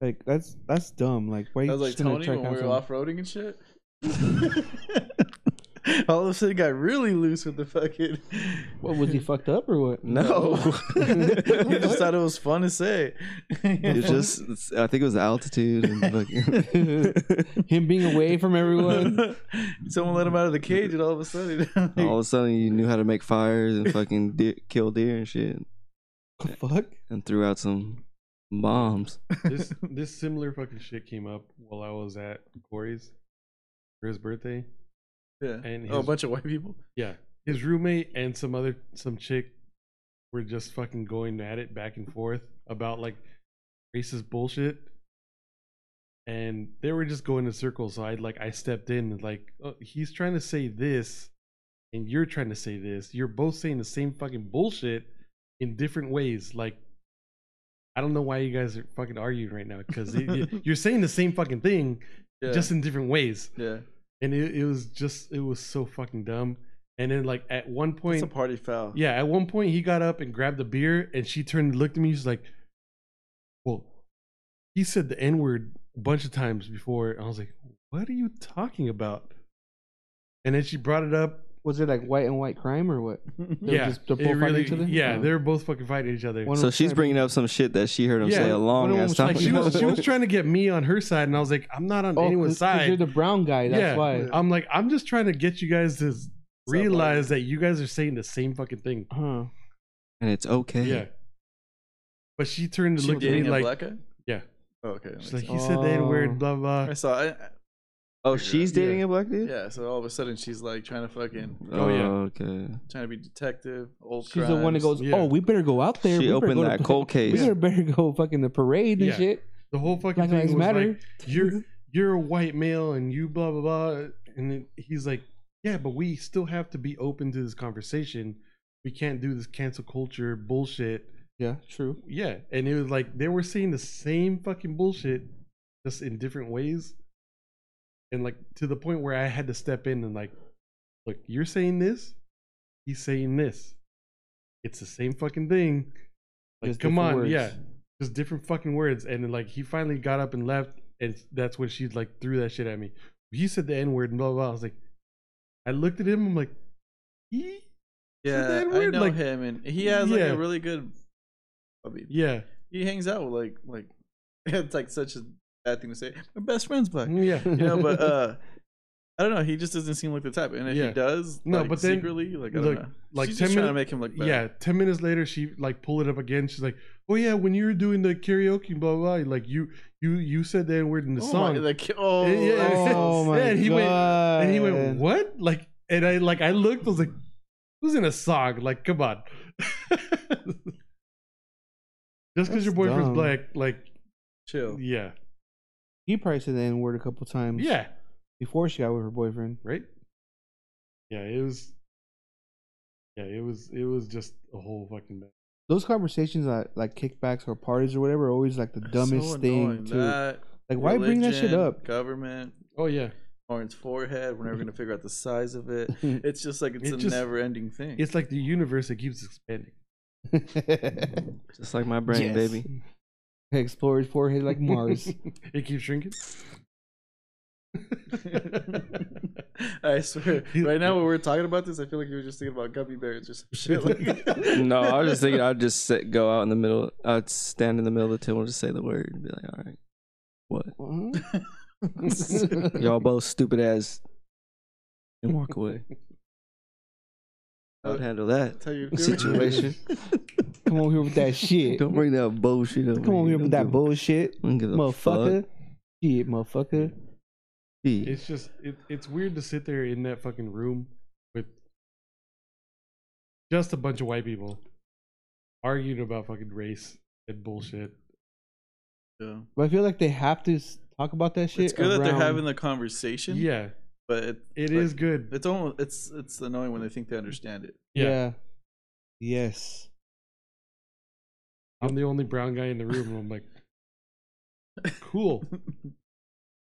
Speaker 4: Like that's that's dumb. Like why
Speaker 1: I
Speaker 4: you
Speaker 1: was like
Speaker 4: just gonna
Speaker 1: Tony
Speaker 4: try *laughs*
Speaker 1: when we were
Speaker 4: cancel him?
Speaker 1: off roading and shit. All of a sudden, got really loose with the fucking.
Speaker 4: *laughs* What
Speaker 2: *laughs*
Speaker 4: was he fucked up or
Speaker 1: *laughs*
Speaker 4: what? *laughs*
Speaker 1: No,
Speaker 3: *laughs*
Speaker 1: you just thought it was fun to say. *laughs*
Speaker 3: It's just, it's- I think it was altitude and fucking-
Speaker 4: Him being away from everyone.
Speaker 2: *laughs*
Speaker 1: Someone let him out of the cage, and all of a sudden, *laughs*
Speaker 3: all of a sudden you knew how to make fires and fucking de- kill deer and shit,
Speaker 4: What the fuck?
Speaker 3: and threw out some bombs.
Speaker 2: this this similar fucking shit came up while I was at Corey's for his birthday.
Speaker 1: yeah.
Speaker 2: And
Speaker 1: oh, a
Speaker 2: his-
Speaker 1: bunch of white people.
Speaker 2: Yeah, his roommate and some other some chick were just fucking going at it back and forth about like racist bullshit, and they were just going in circles. So I like I stepped in and like oh, he's trying to say this, and you're trying to say this. You're both saying the same fucking bullshit in different ways. Like I don't know why you guys are fucking arguing right now because you're saying the same fucking thing
Speaker 1: Yeah.
Speaker 2: just in different ways
Speaker 1: yeah.
Speaker 2: and it, it was just it was so fucking dumb and then like at one
Speaker 1: It's a
Speaker 2: point
Speaker 1: party foul.
Speaker 2: yeah at one point he got up and grabbed the beer and she turned and looked at me she's like well he said the n-word a bunch of times before i was like what are you talking about and then she brought it up
Speaker 4: Was it like white and white crime or what? They were
Speaker 2: yeah
Speaker 4: just- they're
Speaker 2: it
Speaker 4: both fighting
Speaker 2: really-
Speaker 4: each other?
Speaker 2: yeah
Speaker 4: Oh.
Speaker 2: they were both fucking fighting each other
Speaker 4: One
Speaker 3: So she's bringing up some shit that she heard him
Speaker 2: Yeah,
Speaker 3: say a long
Speaker 4: one
Speaker 3: ass
Speaker 4: was
Speaker 3: time.
Speaker 2: like she was, she
Speaker 4: *laughs*
Speaker 2: was
Speaker 3: ago.
Speaker 2: trying to get me on her side and i was like i'm not on
Speaker 4: Oh, 'cause-
Speaker 2: anyone's
Speaker 4: 'cause You're
Speaker 2: side
Speaker 4: the brown guy. That's
Speaker 2: yeah
Speaker 4: why.
Speaker 2: i'm like i'm just trying to get you guys to realize that you guys are saying the same fucking thing
Speaker 4: Huh.
Speaker 3: *laughs* and it's okay.
Speaker 2: Yeah. But she turned to
Speaker 1: She
Speaker 2: look at me
Speaker 1: dating a
Speaker 2: like,
Speaker 1: black guy.
Speaker 2: yeah.
Speaker 1: Oh, okay. that
Speaker 2: She's
Speaker 1: makes
Speaker 2: like,
Speaker 1: sense.
Speaker 2: he said that
Speaker 4: Oh.
Speaker 2: word, blah, blah.
Speaker 1: I saw. I, I-
Speaker 3: Oh, she's
Speaker 2: Yeah.
Speaker 3: dating a black dude.
Speaker 1: yeah. So all of a sudden, she's like trying to fucking
Speaker 2: Oh, yeah.
Speaker 3: Okay.
Speaker 1: trying to be detective. Old.
Speaker 4: She's the one that
Speaker 1: crimes.
Speaker 4: goes,
Speaker 2: Yeah.
Speaker 4: "Oh, we better go out there."
Speaker 3: She
Speaker 4: we better
Speaker 3: opened
Speaker 4: go to-
Speaker 3: that cold
Speaker 4: *laughs* We
Speaker 3: case.
Speaker 4: better, better go fucking the parade and
Speaker 2: Yeah.
Speaker 4: shit.
Speaker 2: The whole fucking
Speaker 4: Black
Speaker 2: thing
Speaker 4: lives
Speaker 2: was
Speaker 4: matter.
Speaker 2: like, you're, you're a white male and you blah, blah, blah. And then he's like, yeah, but we still have to be open to this conversation. We can't do this cancel culture bullshit.
Speaker 4: *laughs* yeah, true.
Speaker 2: Yeah. And it was like, they were saying the same fucking bullshit, just in different ways. And like, to the point where I had to step in and like, look, you're saying this, he's saying this. It's the same fucking thing. Like,
Speaker 4: Just
Speaker 2: come on,
Speaker 4: different
Speaker 2: yeah,
Speaker 4: words.
Speaker 2: just different fucking words. And then, like, he finally got up and left, and that's when she like threw that shit at me. He said the n word and blah, blah blah. I was like, I looked at him. I'm like, he,
Speaker 1: Yeah, I
Speaker 2: that weird,
Speaker 1: know
Speaker 2: like-
Speaker 1: him, and he has like
Speaker 2: Yeah.
Speaker 1: a really good. I mean,
Speaker 2: yeah,
Speaker 1: he hangs out with like like *laughs* it's like such a bad thing to say. My best friend's black, you
Speaker 2: *laughs* yeah.
Speaker 1: know.
Speaker 4: *laughs*
Speaker 1: But uh, I don't know. He just doesn't seem like the type, and if
Speaker 2: Yeah.
Speaker 1: he does,
Speaker 2: No,
Speaker 1: like,
Speaker 2: but then-
Speaker 1: secretly, like I don't
Speaker 2: Look,
Speaker 1: know.
Speaker 2: like
Speaker 1: She's
Speaker 2: 10
Speaker 1: just trying to
Speaker 2: minutes-
Speaker 1: make him look bad.
Speaker 2: Yeah, ten minutes later, she like pulled it up again. She's like, "Oh yeah, when you were doing the karaoke, blah blah, blah like you you you said that word in the
Speaker 1: oh
Speaker 2: song."
Speaker 1: My, like oh,
Speaker 2: Yeah, yeah, *laughs* yeah.
Speaker 4: Oh my
Speaker 2: And he went-
Speaker 4: god!
Speaker 2: and he went, "What?" Like, and I like I looked. I was like, "It was in a song." Like, come on. *laughs* Just because your
Speaker 4: That's
Speaker 2: boyfriend's
Speaker 4: dumb.
Speaker 2: black, like,
Speaker 1: *laughs* chill.
Speaker 2: yeah,
Speaker 4: He probably said the N word a couple times.
Speaker 2: yeah,
Speaker 4: Before she got with her boyfriend.
Speaker 2: right. Yeah, it was. Yeah, it was. It was just a whole fucking. mess.
Speaker 4: Those conversations at like kickbacks or parties or whatever are always like the
Speaker 1: That's
Speaker 4: dumbest
Speaker 1: so annoying.
Speaker 4: thing too.
Speaker 1: That,
Speaker 4: like why bring that shit
Speaker 1: religion,
Speaker 4: up?
Speaker 1: Government,
Speaker 2: Oh yeah,
Speaker 1: orange forehead. We're never gonna figure out the size of it.
Speaker 4: *laughs*
Speaker 1: It's just like it's
Speaker 2: It
Speaker 1: a
Speaker 2: just-
Speaker 1: never-ending thing.
Speaker 2: it's like the universe that keeps expanding.
Speaker 3: Just like my brain,
Speaker 4: Yes.
Speaker 3: baby.
Speaker 4: Explore his forehead
Speaker 1: *laughs*
Speaker 4: like Mars.
Speaker 2: it keeps shrinking.
Speaker 1: *laughs*
Speaker 2: *laughs*
Speaker 1: I swear.
Speaker 2: He-
Speaker 1: Right now, when we're talking about this, I feel like you were just thinking about gummy bears or some *laughs* shit. Like
Speaker 3: *laughs* No, I was just thinking I'd just sit, go out in the middle. I'd stand in the middle of the table and just say the word and be like, all right, what? *laughs* Y'all both stupid ass. And walk away. I would handle
Speaker 1: *laughs*
Speaker 3: that
Speaker 1: That's how you do it.
Speaker 3: *laughs* situation.
Speaker 4: Come over here with that shit.
Speaker 3: Don't bring that bullshit up.
Speaker 4: Come over here with that bullshit, motherfucker. Shit, motherfucker.
Speaker 3: Hey,
Speaker 2: it's just it, it's weird to sit there in that fucking room with just a bunch of white people arguing about fucking race and bullshit.
Speaker 1: *laughs* Yeah.
Speaker 4: But I feel like they have to s- talk about that shit.
Speaker 1: It's good that they're
Speaker 4: around-
Speaker 1: having the conversation.
Speaker 2: Yeah,
Speaker 1: but it,
Speaker 2: it is
Speaker 1: Like,
Speaker 2: good.
Speaker 1: it's almost it's it's annoying when they think they understand it.
Speaker 2: Yeah.
Speaker 4: Yes.
Speaker 2: I'm the only brown guy in the room, and I'm like, cool.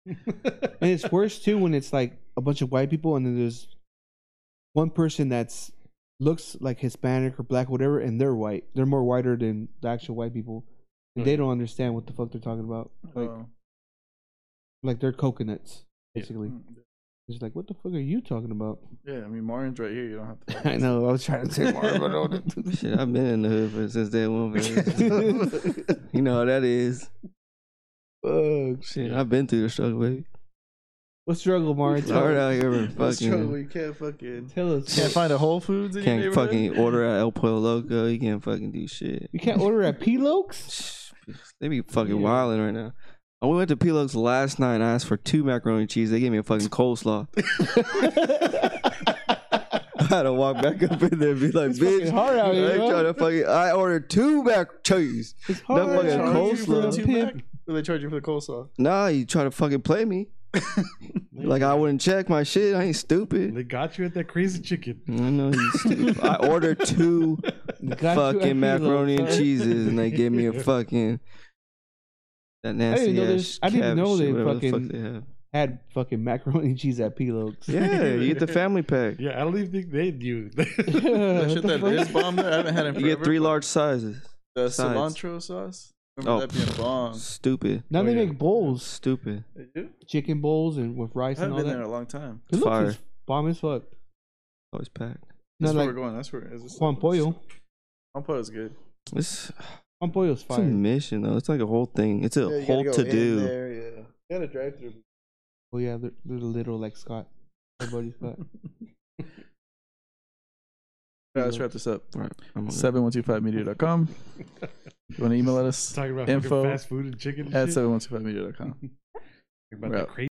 Speaker 4: And it's worse too when it's like a bunch of white people and then there's one person that's looks like Hispanic or black, whatever, and they're white. They're more whiter than the actual white people. And they
Speaker 1: Hmm.
Speaker 2: Right.
Speaker 4: don't understand what the
Speaker 1: Uh.
Speaker 4: fuck they're talking about. Like
Speaker 1: Oh.
Speaker 4: like they're coconuts,
Speaker 2: Yeah.
Speaker 4: basically. He's like, what the fuck are you talking about?
Speaker 1: hmm. Yeah, I mean, Martin's right here. You don't have to.
Speaker 4: *laughs* I know. I was trying to say Marvin. but I don't-
Speaker 3: *laughs* Shit, I've been in the hood for, since day one.
Speaker 4: *laughs*
Speaker 1: *laughs*
Speaker 3: baby. you know how that is.
Speaker 4: Fuck.
Speaker 3: Shit, I've been through the struggle, baby.
Speaker 4: What struggle, Marvin?
Speaker 3: It's
Speaker 4: Tell
Speaker 3: hard
Speaker 4: us.
Speaker 3: out here,
Speaker 4: *laughs*
Speaker 1: *laughs*
Speaker 3: but
Speaker 1: That's true.
Speaker 3: fucking
Speaker 1: You can't fucking.
Speaker 4: Tell us.
Speaker 1: Can't find a Whole Foods in your
Speaker 3: can't
Speaker 1: neighborhood?
Speaker 3: fucking
Speaker 1: *laughs*
Speaker 3: order at El Pollo Loco. You can't fucking do shit.
Speaker 4: you can't order at P-Lokes?
Speaker 3: They be fucking
Speaker 4: Yeah.
Speaker 3: wilding right now. I went to P-Lux last night. and I asked for two macaroni and cheese. They gave me a
Speaker 4: *laughs*
Speaker 3: fucking coleslaw. *laughs* I had to walk back up in there and be like,
Speaker 4: It's fucking
Speaker 3: "Bitch,
Speaker 4: hard out
Speaker 3: I
Speaker 4: here,
Speaker 3: ain't
Speaker 4: huh?"
Speaker 3: trying to fucking." I ordered two mac cheese.
Speaker 4: It's
Speaker 3: That
Speaker 4: hard.
Speaker 3: fucking
Speaker 4: out
Speaker 1: Charge you for
Speaker 4: here for
Speaker 1: the
Speaker 3: coleslaw.
Speaker 4: a
Speaker 1: two
Speaker 4: pimp.
Speaker 1: pack? Or they charge you for the coleslaw.
Speaker 3: Nah, you try to fucking
Speaker 4: *laughs*
Speaker 3: play me. Like I wouldn't check my shit. I ain't stupid.
Speaker 2: *laughs* They got you at that crazy chicken.
Speaker 3: I know you stupid. I
Speaker 4: *laughs*
Speaker 3: ordered two
Speaker 4: Got you at
Speaker 3: fucking
Speaker 4: P-Lokes,
Speaker 3: macaroni and
Speaker 4: huh?
Speaker 3: cheeses, and they give
Speaker 4: *laughs*
Speaker 3: me a fucking that
Speaker 4: didn't
Speaker 3: nasty
Speaker 4: know
Speaker 3: ass.
Speaker 4: this- I didn't
Speaker 3: cabbage
Speaker 4: know
Speaker 3: shit,
Speaker 4: they
Speaker 3: whatever the fuck
Speaker 4: fucking-
Speaker 3: they have.
Speaker 4: Had fucking macaroni and cheese at P-Lokes.
Speaker 3: Yeah, you get the family
Speaker 4: *laughs*
Speaker 3: pack.
Speaker 2: Yeah, I don't even think they knew. *laughs*
Speaker 1: That shit that is bomb there. I haven't had it in
Speaker 3: *laughs* You get
Speaker 1: forever.
Speaker 3: three large sizes.
Speaker 1: The
Speaker 3: sides.
Speaker 1: cilantro sauce. Remember
Speaker 3: Oh,
Speaker 1: that being
Speaker 3: *laughs*
Speaker 1: bomb.
Speaker 3: Stupid.
Speaker 4: Now
Speaker 2: Oh,
Speaker 4: they
Speaker 2: yeah.
Speaker 4: make bowls,
Speaker 3: Stupid.
Speaker 1: They do?
Speaker 4: chicken bowls, and with
Speaker 1: I
Speaker 4: rice and
Speaker 1: haven't
Speaker 4: all
Speaker 1: been there in
Speaker 4: that.
Speaker 1: a long time.
Speaker 4: It
Speaker 3: Fire.
Speaker 4: looks bomb as fuck.
Speaker 3: Always packed.
Speaker 1: That's
Speaker 4: Not
Speaker 1: where
Speaker 4: like
Speaker 1: we're going. That's where. Is this
Speaker 4: Juan Pollo.
Speaker 1: Juan Pollo's good.
Speaker 3: It's,
Speaker 4: Juan Pollo's
Speaker 3: it's a
Speaker 4: fire.
Speaker 3: mission though. It's like a whole thing. It's a whole to do.
Speaker 1: yeah. got to drive through.
Speaker 4: Oh yeah, they're, they're little like Scott. Everybody's Scott.
Speaker 1: let's wrap this up.
Speaker 3: Right, I'm gonna-
Speaker 1: *laughs* 7125media.com. You want to email us?
Speaker 2: Talking about
Speaker 1: Info
Speaker 2: fucking fast food and chicken. and
Speaker 1: At
Speaker 2: shit.
Speaker 1: 7125media.com.
Speaker 2: Talking about the
Speaker 1: Well,
Speaker 2: crazy.